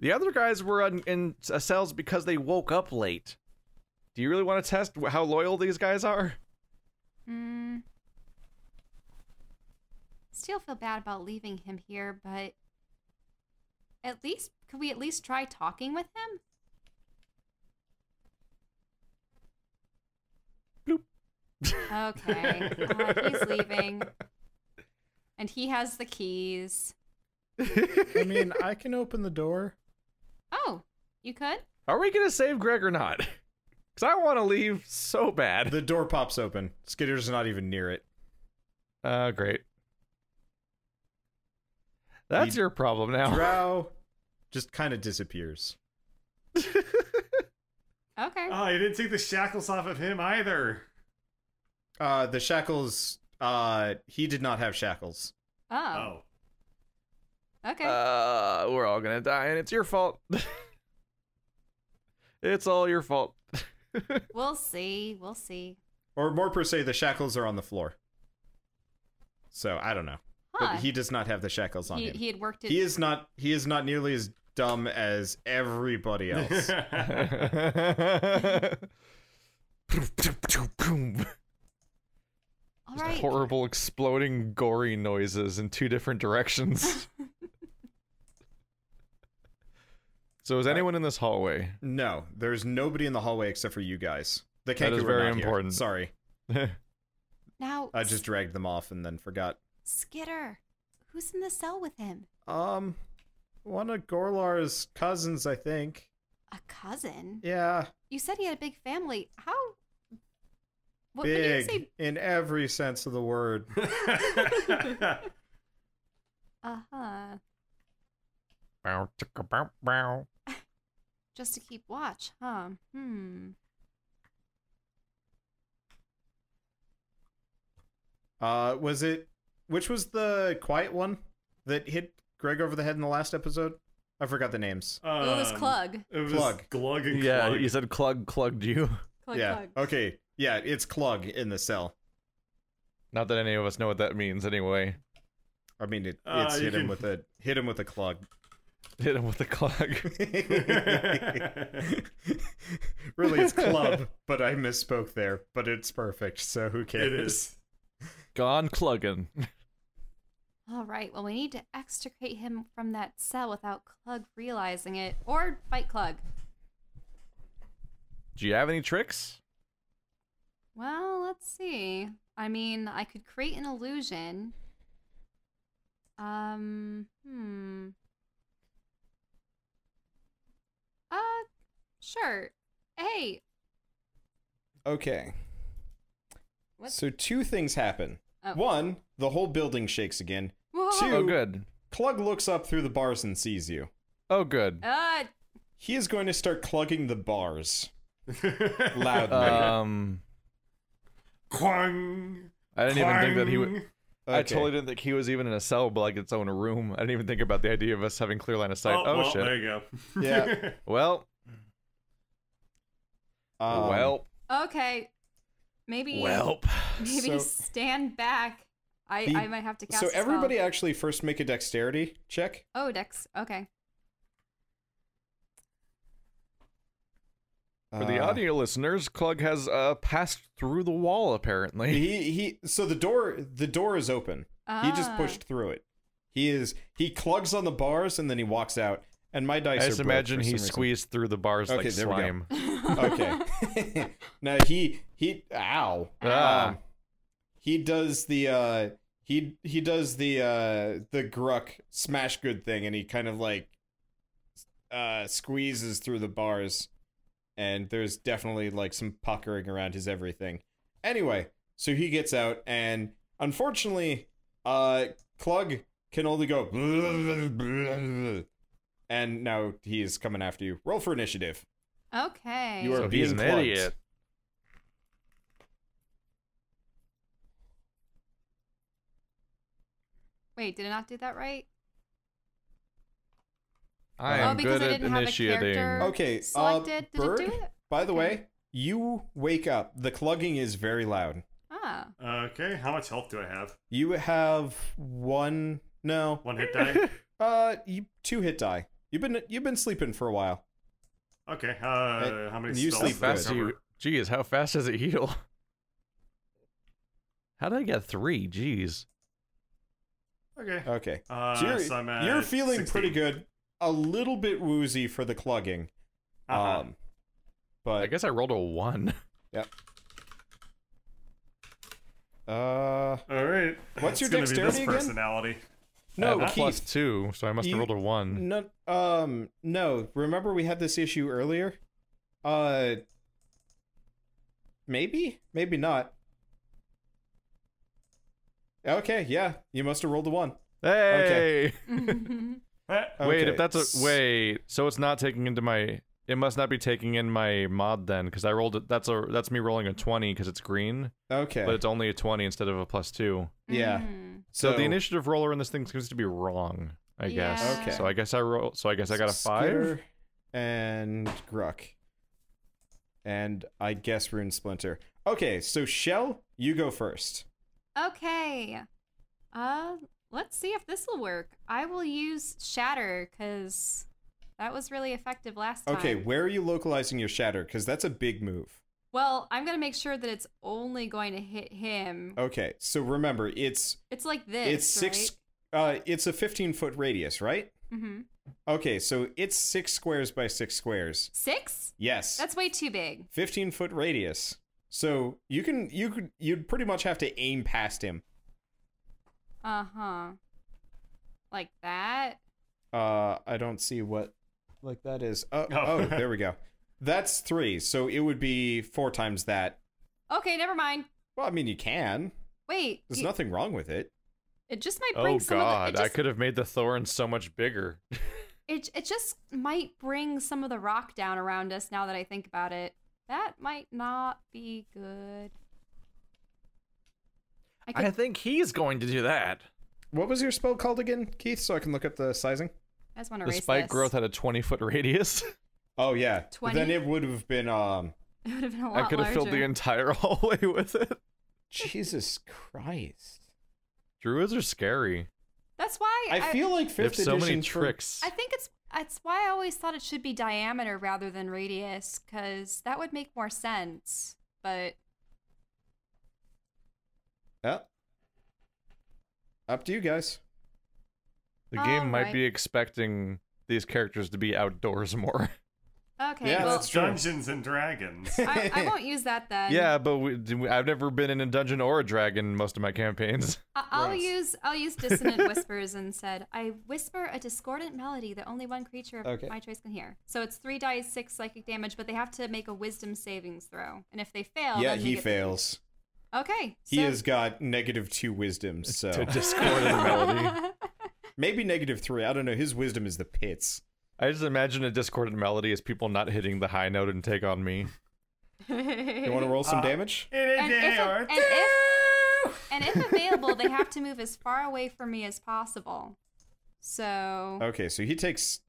Speaker 1: The other guys were in, in s- uh, cells because they woke up late. Do you really want to test wh- how loyal these guys are?
Speaker 4: Hmm. Still feel bad about leaving him here, but at least could we at least try talking with him? Okay, uh, he's leaving, and he has the keys.
Speaker 2: I mean, I can open the door.
Speaker 4: Oh, you could.
Speaker 1: Are we gonna save Greg or not? [laughs] Because I want to leave so bad.
Speaker 2: The door pops open. Skitter's not even near it.
Speaker 1: [laughs] Uh, great. That's
Speaker 2: You-
Speaker 1: your problem now.
Speaker 2: Drow just kind of disappears.
Speaker 4: Okay.
Speaker 3: Oh, you didn't take the shackles off of him either.
Speaker 2: Uh, the shackles. Uh, he did not have shackles.
Speaker 4: oh.
Speaker 3: Oh.
Speaker 4: Okay.
Speaker 1: Uh, we're all gonna die, and it's your fault. [laughs] it's all your fault.
Speaker 4: we'll see. We'll see.
Speaker 2: Or more per se, the shackles are on the floor. So I don't know.
Speaker 4: Huh.
Speaker 2: But he does not have the shackles on
Speaker 4: he,
Speaker 2: him.
Speaker 4: he had worked it.
Speaker 2: he is not. He is not nearly as dumb as
Speaker 1: [laughs]
Speaker 2: everybody
Speaker 3: Oh. [laughs]
Speaker 2: else.
Speaker 4: All right.
Speaker 1: Horrible exploding gory noises in two different directions. so is anyone in this hallway?
Speaker 2: no, there's nobody in the hallway except for you guys. The
Speaker 1: That is
Speaker 2: Kenku were
Speaker 1: very
Speaker 2: not here.
Speaker 1: important.
Speaker 2: Sorry,
Speaker 4: Now,
Speaker 2: I just dragged them off and then forgot.
Speaker 4: Skitter, who's in the cell with him?
Speaker 2: Um, one of Gorlar's cousins, I think.
Speaker 4: A cousin?
Speaker 2: Yeah,
Speaker 4: You said he had a big family. How? What, when you
Speaker 2: big
Speaker 4: say?
Speaker 2: in every sense of the word.
Speaker 4: [laughs] Uh huh.
Speaker 1: Bow, chicka, bow, bow.
Speaker 4: Just to keep watch, huh? Hmm.
Speaker 2: Uh, was it which was the quiet one that hit Greg over the head in the last episode? I forgot the names.
Speaker 4: Oh, it was
Speaker 3: Um,
Speaker 4: Clug.
Speaker 3: It was
Speaker 2: Clug.
Speaker 3: Glug and
Speaker 1: Yeah,
Speaker 3: Clug.
Speaker 1: you said Clug clugged you.
Speaker 4: Clug,
Speaker 2: yeah.
Speaker 4: Clug.
Speaker 2: Okay. Yeah, it's Clug in the cell.
Speaker 1: [laughs] Not that any of us know what that means anyway. [laughs]
Speaker 2: I mean, it,
Speaker 3: Uh,
Speaker 2: it's
Speaker 3: you
Speaker 2: hit him
Speaker 3: can-
Speaker 2: with a hit him with a
Speaker 3: [laughs]
Speaker 2: clug.
Speaker 1: Hit him with the clog.
Speaker 2: [laughs] really, it's
Speaker 3: [laughs]
Speaker 2: club, but I misspoke there. But it's perfect, so who cares?
Speaker 3: It is.
Speaker 1: Gone clugging.
Speaker 4: All right. Well, we need to extricate him from that cell without Clug realizing it, or fight Clug.
Speaker 1: Do you have any tricks?
Speaker 4: Well, let's see. I mean, I could create an illusion. Um, hmm. Uh, sure. Hey,
Speaker 2: Okay.
Speaker 4: What?
Speaker 2: So two things happen.
Speaker 4: Oh.
Speaker 2: One, the whole building shakes again.
Speaker 4: whoa.
Speaker 2: Two-
Speaker 1: Oh, good.
Speaker 2: Clug looks up through the bars and sees you.
Speaker 1: Oh, good.
Speaker 4: Uh,
Speaker 2: He is going to start clogging the bars
Speaker 3: [laughs]
Speaker 2: loudly.
Speaker 1: Um,
Speaker 3: Quang.
Speaker 1: I didn't even think that he would.
Speaker 3: Quang.
Speaker 1: I
Speaker 2: Okay.
Speaker 1: totally didn't think he was even in a cell, but like its own room. I didn't even think about the idea of us having clear line of sight.
Speaker 3: Oh,
Speaker 1: Oh,
Speaker 3: well,
Speaker 1: shit.
Speaker 3: there you go.
Speaker 2: Yeah.
Speaker 1: Well,
Speaker 2: Um,
Speaker 1: well,
Speaker 4: Okay. Maybe
Speaker 1: well.
Speaker 4: [laughs]
Speaker 2: So-
Speaker 4: maybe stand back. I,
Speaker 2: The-
Speaker 4: I might have to cast
Speaker 2: So
Speaker 4: a spell.
Speaker 2: everybody actually first make a dexterity check.
Speaker 4: Oh, Dex. Okay.
Speaker 1: For the
Speaker 2: Uh,
Speaker 1: audio listeners, Clug has uh, passed through the wall apparently.
Speaker 2: he he so the door the door is open he just
Speaker 4: Ah.
Speaker 2: pushed through it he is he clugs on the bars and then he walks out and my
Speaker 1: [laughs]
Speaker 2: dice
Speaker 1: I
Speaker 2: are
Speaker 1: just
Speaker 2: broke
Speaker 1: imagine
Speaker 2: for
Speaker 1: he
Speaker 2: some reason.
Speaker 1: squeezed through the bars
Speaker 2: Okay,
Speaker 1: like
Speaker 2: there we go.
Speaker 1: slime.
Speaker 4: Uh.
Speaker 2: okay now he he ow
Speaker 1: Ah.
Speaker 2: um, he does the uh he he does the uh the gruck smash good thing and he kind of like uh squeezes through the bars and there's definitely like some puckering around his everything anyway so he gets out and unfortunately uh clug can only go [laughs] and now he is coming after you roll for initiative
Speaker 4: [laughs] Okay.
Speaker 2: You are-
Speaker 1: So he's an
Speaker 2: being plugged.
Speaker 1: idiot.
Speaker 4: Wait, did I not do that right?
Speaker 2: Uh-huh.
Speaker 1: I
Speaker 4: Oh,
Speaker 1: am
Speaker 4: because
Speaker 1: good
Speaker 4: I
Speaker 1: at
Speaker 4: didn't have a
Speaker 1: initiating.
Speaker 4: character.
Speaker 2: Okay,
Speaker 4: selected.
Speaker 2: Uh,
Speaker 4: Did it
Speaker 2: bird,
Speaker 4: do it?
Speaker 2: By the
Speaker 4: Okay.
Speaker 2: way, you wake up. The clugging is very loud.
Speaker 4: [laughs] Ah.
Speaker 3: [laughs] Okay, how much health do I have?
Speaker 2: You have one. No.
Speaker 3: One hit die?
Speaker 2: Uh, you, two hit die. You've been you've been sleeping for a while.
Speaker 3: Okay, uh, how many
Speaker 2: you
Speaker 3: spells
Speaker 1: How
Speaker 2: sleep
Speaker 3: do I
Speaker 1: fast do you?
Speaker 3: cover?
Speaker 1: Jeez, how fast does it heal? [laughs] How did I get three? Jeez.
Speaker 3: Okay.
Speaker 2: Okay.
Speaker 3: Uh,
Speaker 2: So you're,
Speaker 3: so I'm at
Speaker 2: you're feeling
Speaker 3: 16.
Speaker 2: pretty good. A little bit woozy for the clugging.
Speaker 3: Uh-huh.
Speaker 2: Um, but
Speaker 1: I guess I rolled a one.
Speaker 2: uh,
Speaker 3: All right.
Speaker 2: What's
Speaker 3: It's
Speaker 2: your
Speaker 3: gonna be
Speaker 2: dexterity
Speaker 3: this
Speaker 2: again?
Speaker 3: personality.
Speaker 2: no,
Speaker 1: I have a plus
Speaker 2: Keith.
Speaker 1: two, so I must
Speaker 2: you-
Speaker 1: have rolled a one.
Speaker 2: No, um, no. Remember we had this issue earlier. Uh, maybe, maybe not. Okay, yeah, you must have rolled a one.
Speaker 1: Hey,
Speaker 4: Mm-hmm.
Speaker 3: Eh,
Speaker 2: Okay.
Speaker 1: wait. If that's a
Speaker 2: s-
Speaker 1: wait, so it's not taking into my. It must not be taking in my mod then, because I rolled. it. That's a that's me rolling a twenty because it's green,
Speaker 2: Okay,
Speaker 1: but it's only a twenty instead of a plus two.
Speaker 2: yeah.
Speaker 4: Mm.
Speaker 1: So, the initiative roller in this thing seems to be wrong. I guess.
Speaker 4: Yeah.
Speaker 2: Okay.
Speaker 1: So I guess I roll. So I guess I got a five.
Speaker 2: Skitter and Gruck, and I guess Rune Splinter. Okay, so Shell, you go first.
Speaker 4: Okay. Uh, let's see if this will work. I will use Shatter because that was really effective last time.
Speaker 2: Okay, where are you localizing your shatter? Because that's a big move.
Speaker 4: Well, I'm gonna make sure that it's only going to hit him.
Speaker 2: Okay, so remember it's
Speaker 4: It's like this.
Speaker 2: Oh. it's six uh it's a 15 foot radius right
Speaker 4: Right? Mm-hmm.
Speaker 2: okay so it's six squares by six squares
Speaker 4: Six?
Speaker 2: yes
Speaker 4: That's way too big.
Speaker 2: 15 foot radius so you can you could you'd pretty much have to aim past him
Speaker 4: Uh huh. Like that.
Speaker 2: uh i don't see what like that is oh,
Speaker 3: Oh.
Speaker 2: oh there we go that's three so it would be four times that
Speaker 4: Okay, never mind.
Speaker 2: well i mean you can
Speaker 4: Wait,
Speaker 2: there's
Speaker 4: you-
Speaker 2: nothing wrong with it
Speaker 4: it just might bring
Speaker 1: Oh
Speaker 4: some
Speaker 1: god,
Speaker 4: of the. It
Speaker 1: I
Speaker 4: just,
Speaker 1: could have made the thorn so much bigger.
Speaker 4: It, it just might bring some of the rock down around us. Now that I think about it, that might not be good. I could,
Speaker 1: think he's going to do that.
Speaker 2: what was your spell called again keith so i can look up the sizing
Speaker 4: I just want to
Speaker 1: The
Speaker 4: erase
Speaker 1: spike
Speaker 4: this.
Speaker 1: growth had a 20 foot
Speaker 4: [laughs]
Speaker 1: radius.
Speaker 2: oh yeah
Speaker 4: 20?
Speaker 2: then it would have been um
Speaker 4: [laughs] It would have been a lot
Speaker 1: I could have filled the
Speaker 4: larger.
Speaker 1: entire [laughs] hallway with it.
Speaker 2: jesus christ
Speaker 1: Druids are scary.
Speaker 4: That's why
Speaker 2: I feel like
Speaker 1: They have
Speaker 2: fifth
Speaker 1: so many
Speaker 2: edition for-
Speaker 1: tricks.
Speaker 4: I think it's it's why I always thought it should be diameter rather than radius because that would make more sense. But
Speaker 2: Yeah. Up to you guys.
Speaker 1: the game might
Speaker 4: Alright.
Speaker 1: be expecting these characters to be outdoors more. [laughs]
Speaker 4: okay,
Speaker 2: Yeah,
Speaker 4: well,
Speaker 2: that's true.
Speaker 3: Dungeons and
Speaker 4: [laughs]
Speaker 3: Dragons.
Speaker 4: I,
Speaker 2: [laughs]
Speaker 4: I won't use that then.
Speaker 1: yeah, but we, do we- I've never been in a dungeon or a dragon in most of my [laughs] campaigns.
Speaker 4: I- I'll
Speaker 2: Gross.
Speaker 4: use I'll use dissonant whispers instead. I whisper a discordant melody that only one creature of
Speaker 2: Okay.
Speaker 4: my choice can hear. So it's three dice, six psychic damage, but they have to make a wisdom savings throw, and if they fail,
Speaker 2: yeah,
Speaker 4: then they
Speaker 2: he
Speaker 4: get-
Speaker 2: fails.
Speaker 4: Okay,
Speaker 2: He
Speaker 4: Oh, so- [laughs]
Speaker 2: has got negative two
Speaker 1: [laughs]
Speaker 2: wisdom, so
Speaker 1: To discord the melody.
Speaker 4: [laughs]
Speaker 2: maybe negative three. I don't know. His wisdom is the pits.
Speaker 1: I just imagine a discordant melody is people not hitting the high note and take on me.
Speaker 2: You want to roll some damage?
Speaker 3: It is
Speaker 4: and, if, a- and, if, and if available, they have to move as far away from me as possible. So
Speaker 2: Okay, so he takes.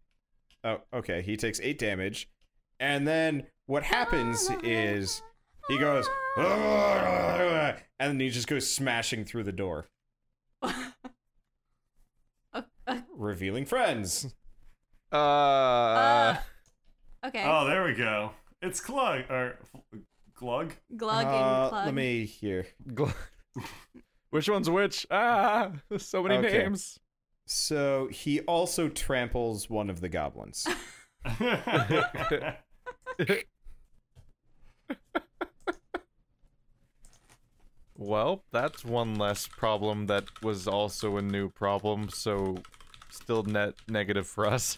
Speaker 2: Oh, okay. He takes eight damage, and then what happens is he goes, and then he just goes smashing through the door, revealing friends.
Speaker 1: Uh,
Speaker 4: Uh, okay,
Speaker 2: uh,
Speaker 3: Oh, there we go. It's Glug or Glug. [laughs]
Speaker 4: glug
Speaker 2: Uh,
Speaker 4: and plug.
Speaker 2: Let me hear.
Speaker 1: gl- [laughs] which one's which? Ah, so many
Speaker 2: Okay.
Speaker 1: names.
Speaker 2: So he also tramples one of the goblins.
Speaker 1: Well, that's one less problem that was also a new problem, so still net negative for us.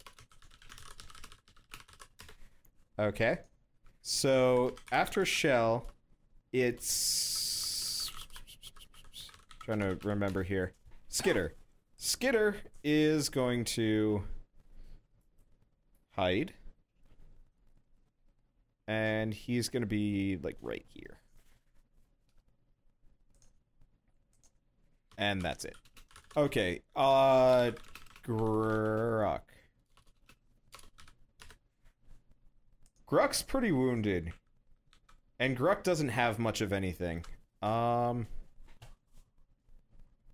Speaker 2: Okay. So after Shell, it's trying to remember here. Skitter. Skitter is going to hide. And he's going to be like right here. And that's it. Okay. Uh Grok. Gruck's pretty wounded. And Gruck doesn't have much of anything. Um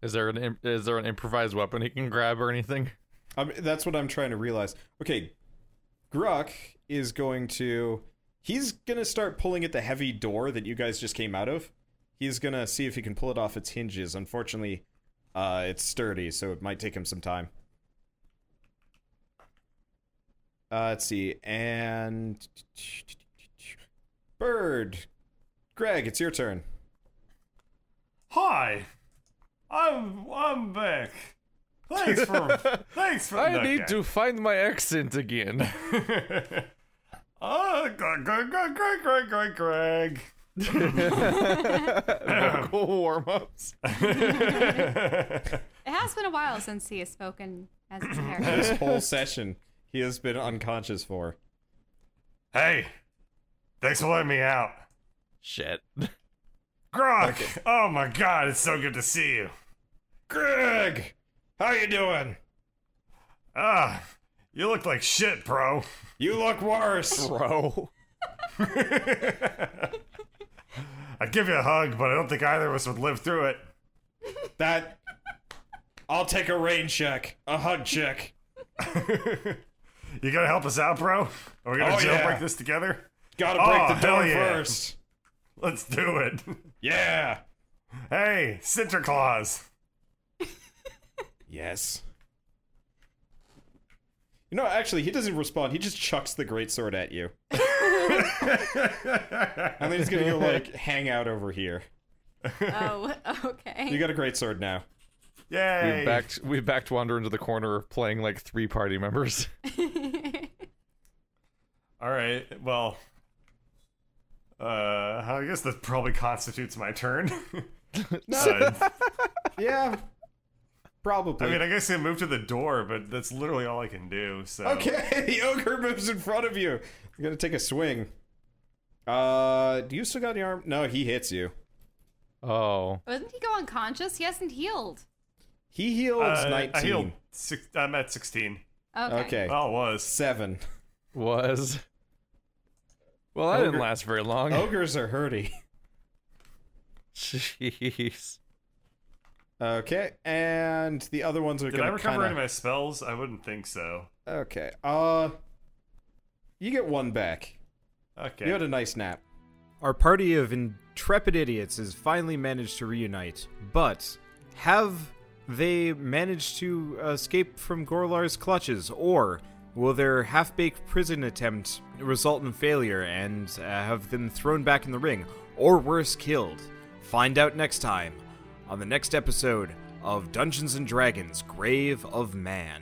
Speaker 1: Is there an im- is there an improvised weapon he can grab or anything?
Speaker 2: I'm, that's what I'm trying to realize. Okay, Gruck is going to. He's going to start pulling at the heavy door that you guys just came out of. He's going to see if he can pull it off its hinges. Unfortunately, uh, it's sturdy, so it might take him some time. Uh, let's see. And. Bird! Greg, it's your turn.
Speaker 3: Hi, I'm I'm back. Thanks for thanks for.
Speaker 1: [laughs] I
Speaker 3: that
Speaker 1: need
Speaker 3: guy.
Speaker 1: to find my accent [laughs] again.
Speaker 3: [laughs] Ah, Greg, Greg, Greg, Greg, Greg, Greg, Greg.
Speaker 1: Vocal warm-ups.
Speaker 4: It has been a while since he has spoken as
Speaker 2: [coughs]
Speaker 4: his character.
Speaker 2: [laughs] This whole session, he has been unconscious for.
Speaker 3: Hey, thanks for letting me out.
Speaker 1: Shit.
Speaker 3: Grog. Oh my God, it's so good to see you.
Speaker 2: Greg! How you doing?
Speaker 3: Ah, you look like shit, bro.
Speaker 2: You look worse.
Speaker 1: Bro.
Speaker 3: I'd give you a hug, but I don't think either of us would live through it.
Speaker 2: That. I'll take a rain check, a hug check.
Speaker 3: You gonna help us out, bro? Are we gonna
Speaker 2: Oh,
Speaker 3: jailbreak
Speaker 2: yeah.
Speaker 3: this together?
Speaker 2: Gotta
Speaker 3: Oh,
Speaker 2: break the
Speaker 3: hell
Speaker 2: door
Speaker 3: yeah.
Speaker 2: first.
Speaker 3: Let's do it. [laughs]
Speaker 2: Yeah.
Speaker 3: hey, Sinterklaas.
Speaker 2: Yes. You know, actually, he doesn't respond. He just chucks the greatsword at [laughs] you. and then he's gonna go, like, hang out over here.
Speaker 4: oh, [laughs]
Speaker 2: You
Speaker 4: okay.
Speaker 2: got a greatsword now.
Speaker 3: Yay.
Speaker 1: We backed we backed Wander into the corner of playing like three party members. [laughs]
Speaker 3: All right. Well, uh, I guess that probably constitutes my turn. [laughs] Uh,
Speaker 2: Yeah. Probably. [laughs]
Speaker 3: I mean, I guess I moved to the door, but that's literally all I can do. So
Speaker 2: Okay, [laughs] the ogre moves in front of you. You're gonna take a swing. Uh, do you still got the arm? No, he hits you.
Speaker 1: Oh.
Speaker 4: Wasn't he go unconscious? He hasn't healed.
Speaker 2: He heals
Speaker 3: Uh,
Speaker 2: 19.
Speaker 3: I healed. Six, I'm at 16.
Speaker 4: Okay.
Speaker 2: Okay,
Speaker 3: Well, it was. [laughs]
Speaker 2: seven.
Speaker 1: Was. Well, that didn't
Speaker 2: Ogre-
Speaker 1: last very long.
Speaker 2: Ogres are hurdy.
Speaker 1: [laughs] Jeez.
Speaker 2: Okay, and the other ones are
Speaker 3: Did
Speaker 2: gonna
Speaker 3: I recover
Speaker 2: kinda...
Speaker 3: any of my spells? I wouldn't think so.
Speaker 2: Okay, uh, you get one back.
Speaker 3: Okay.
Speaker 2: You had a nice nap.
Speaker 5: Our party of intrepid idiots has finally managed to reunite, but have they managed to escape from Gorlar's clutches, or will their half baked prison attempt result in failure and uh, have them thrown back in the ring, or worse, killed? Find out next time on the next episode of Dungeons and Dragons Grave of Man.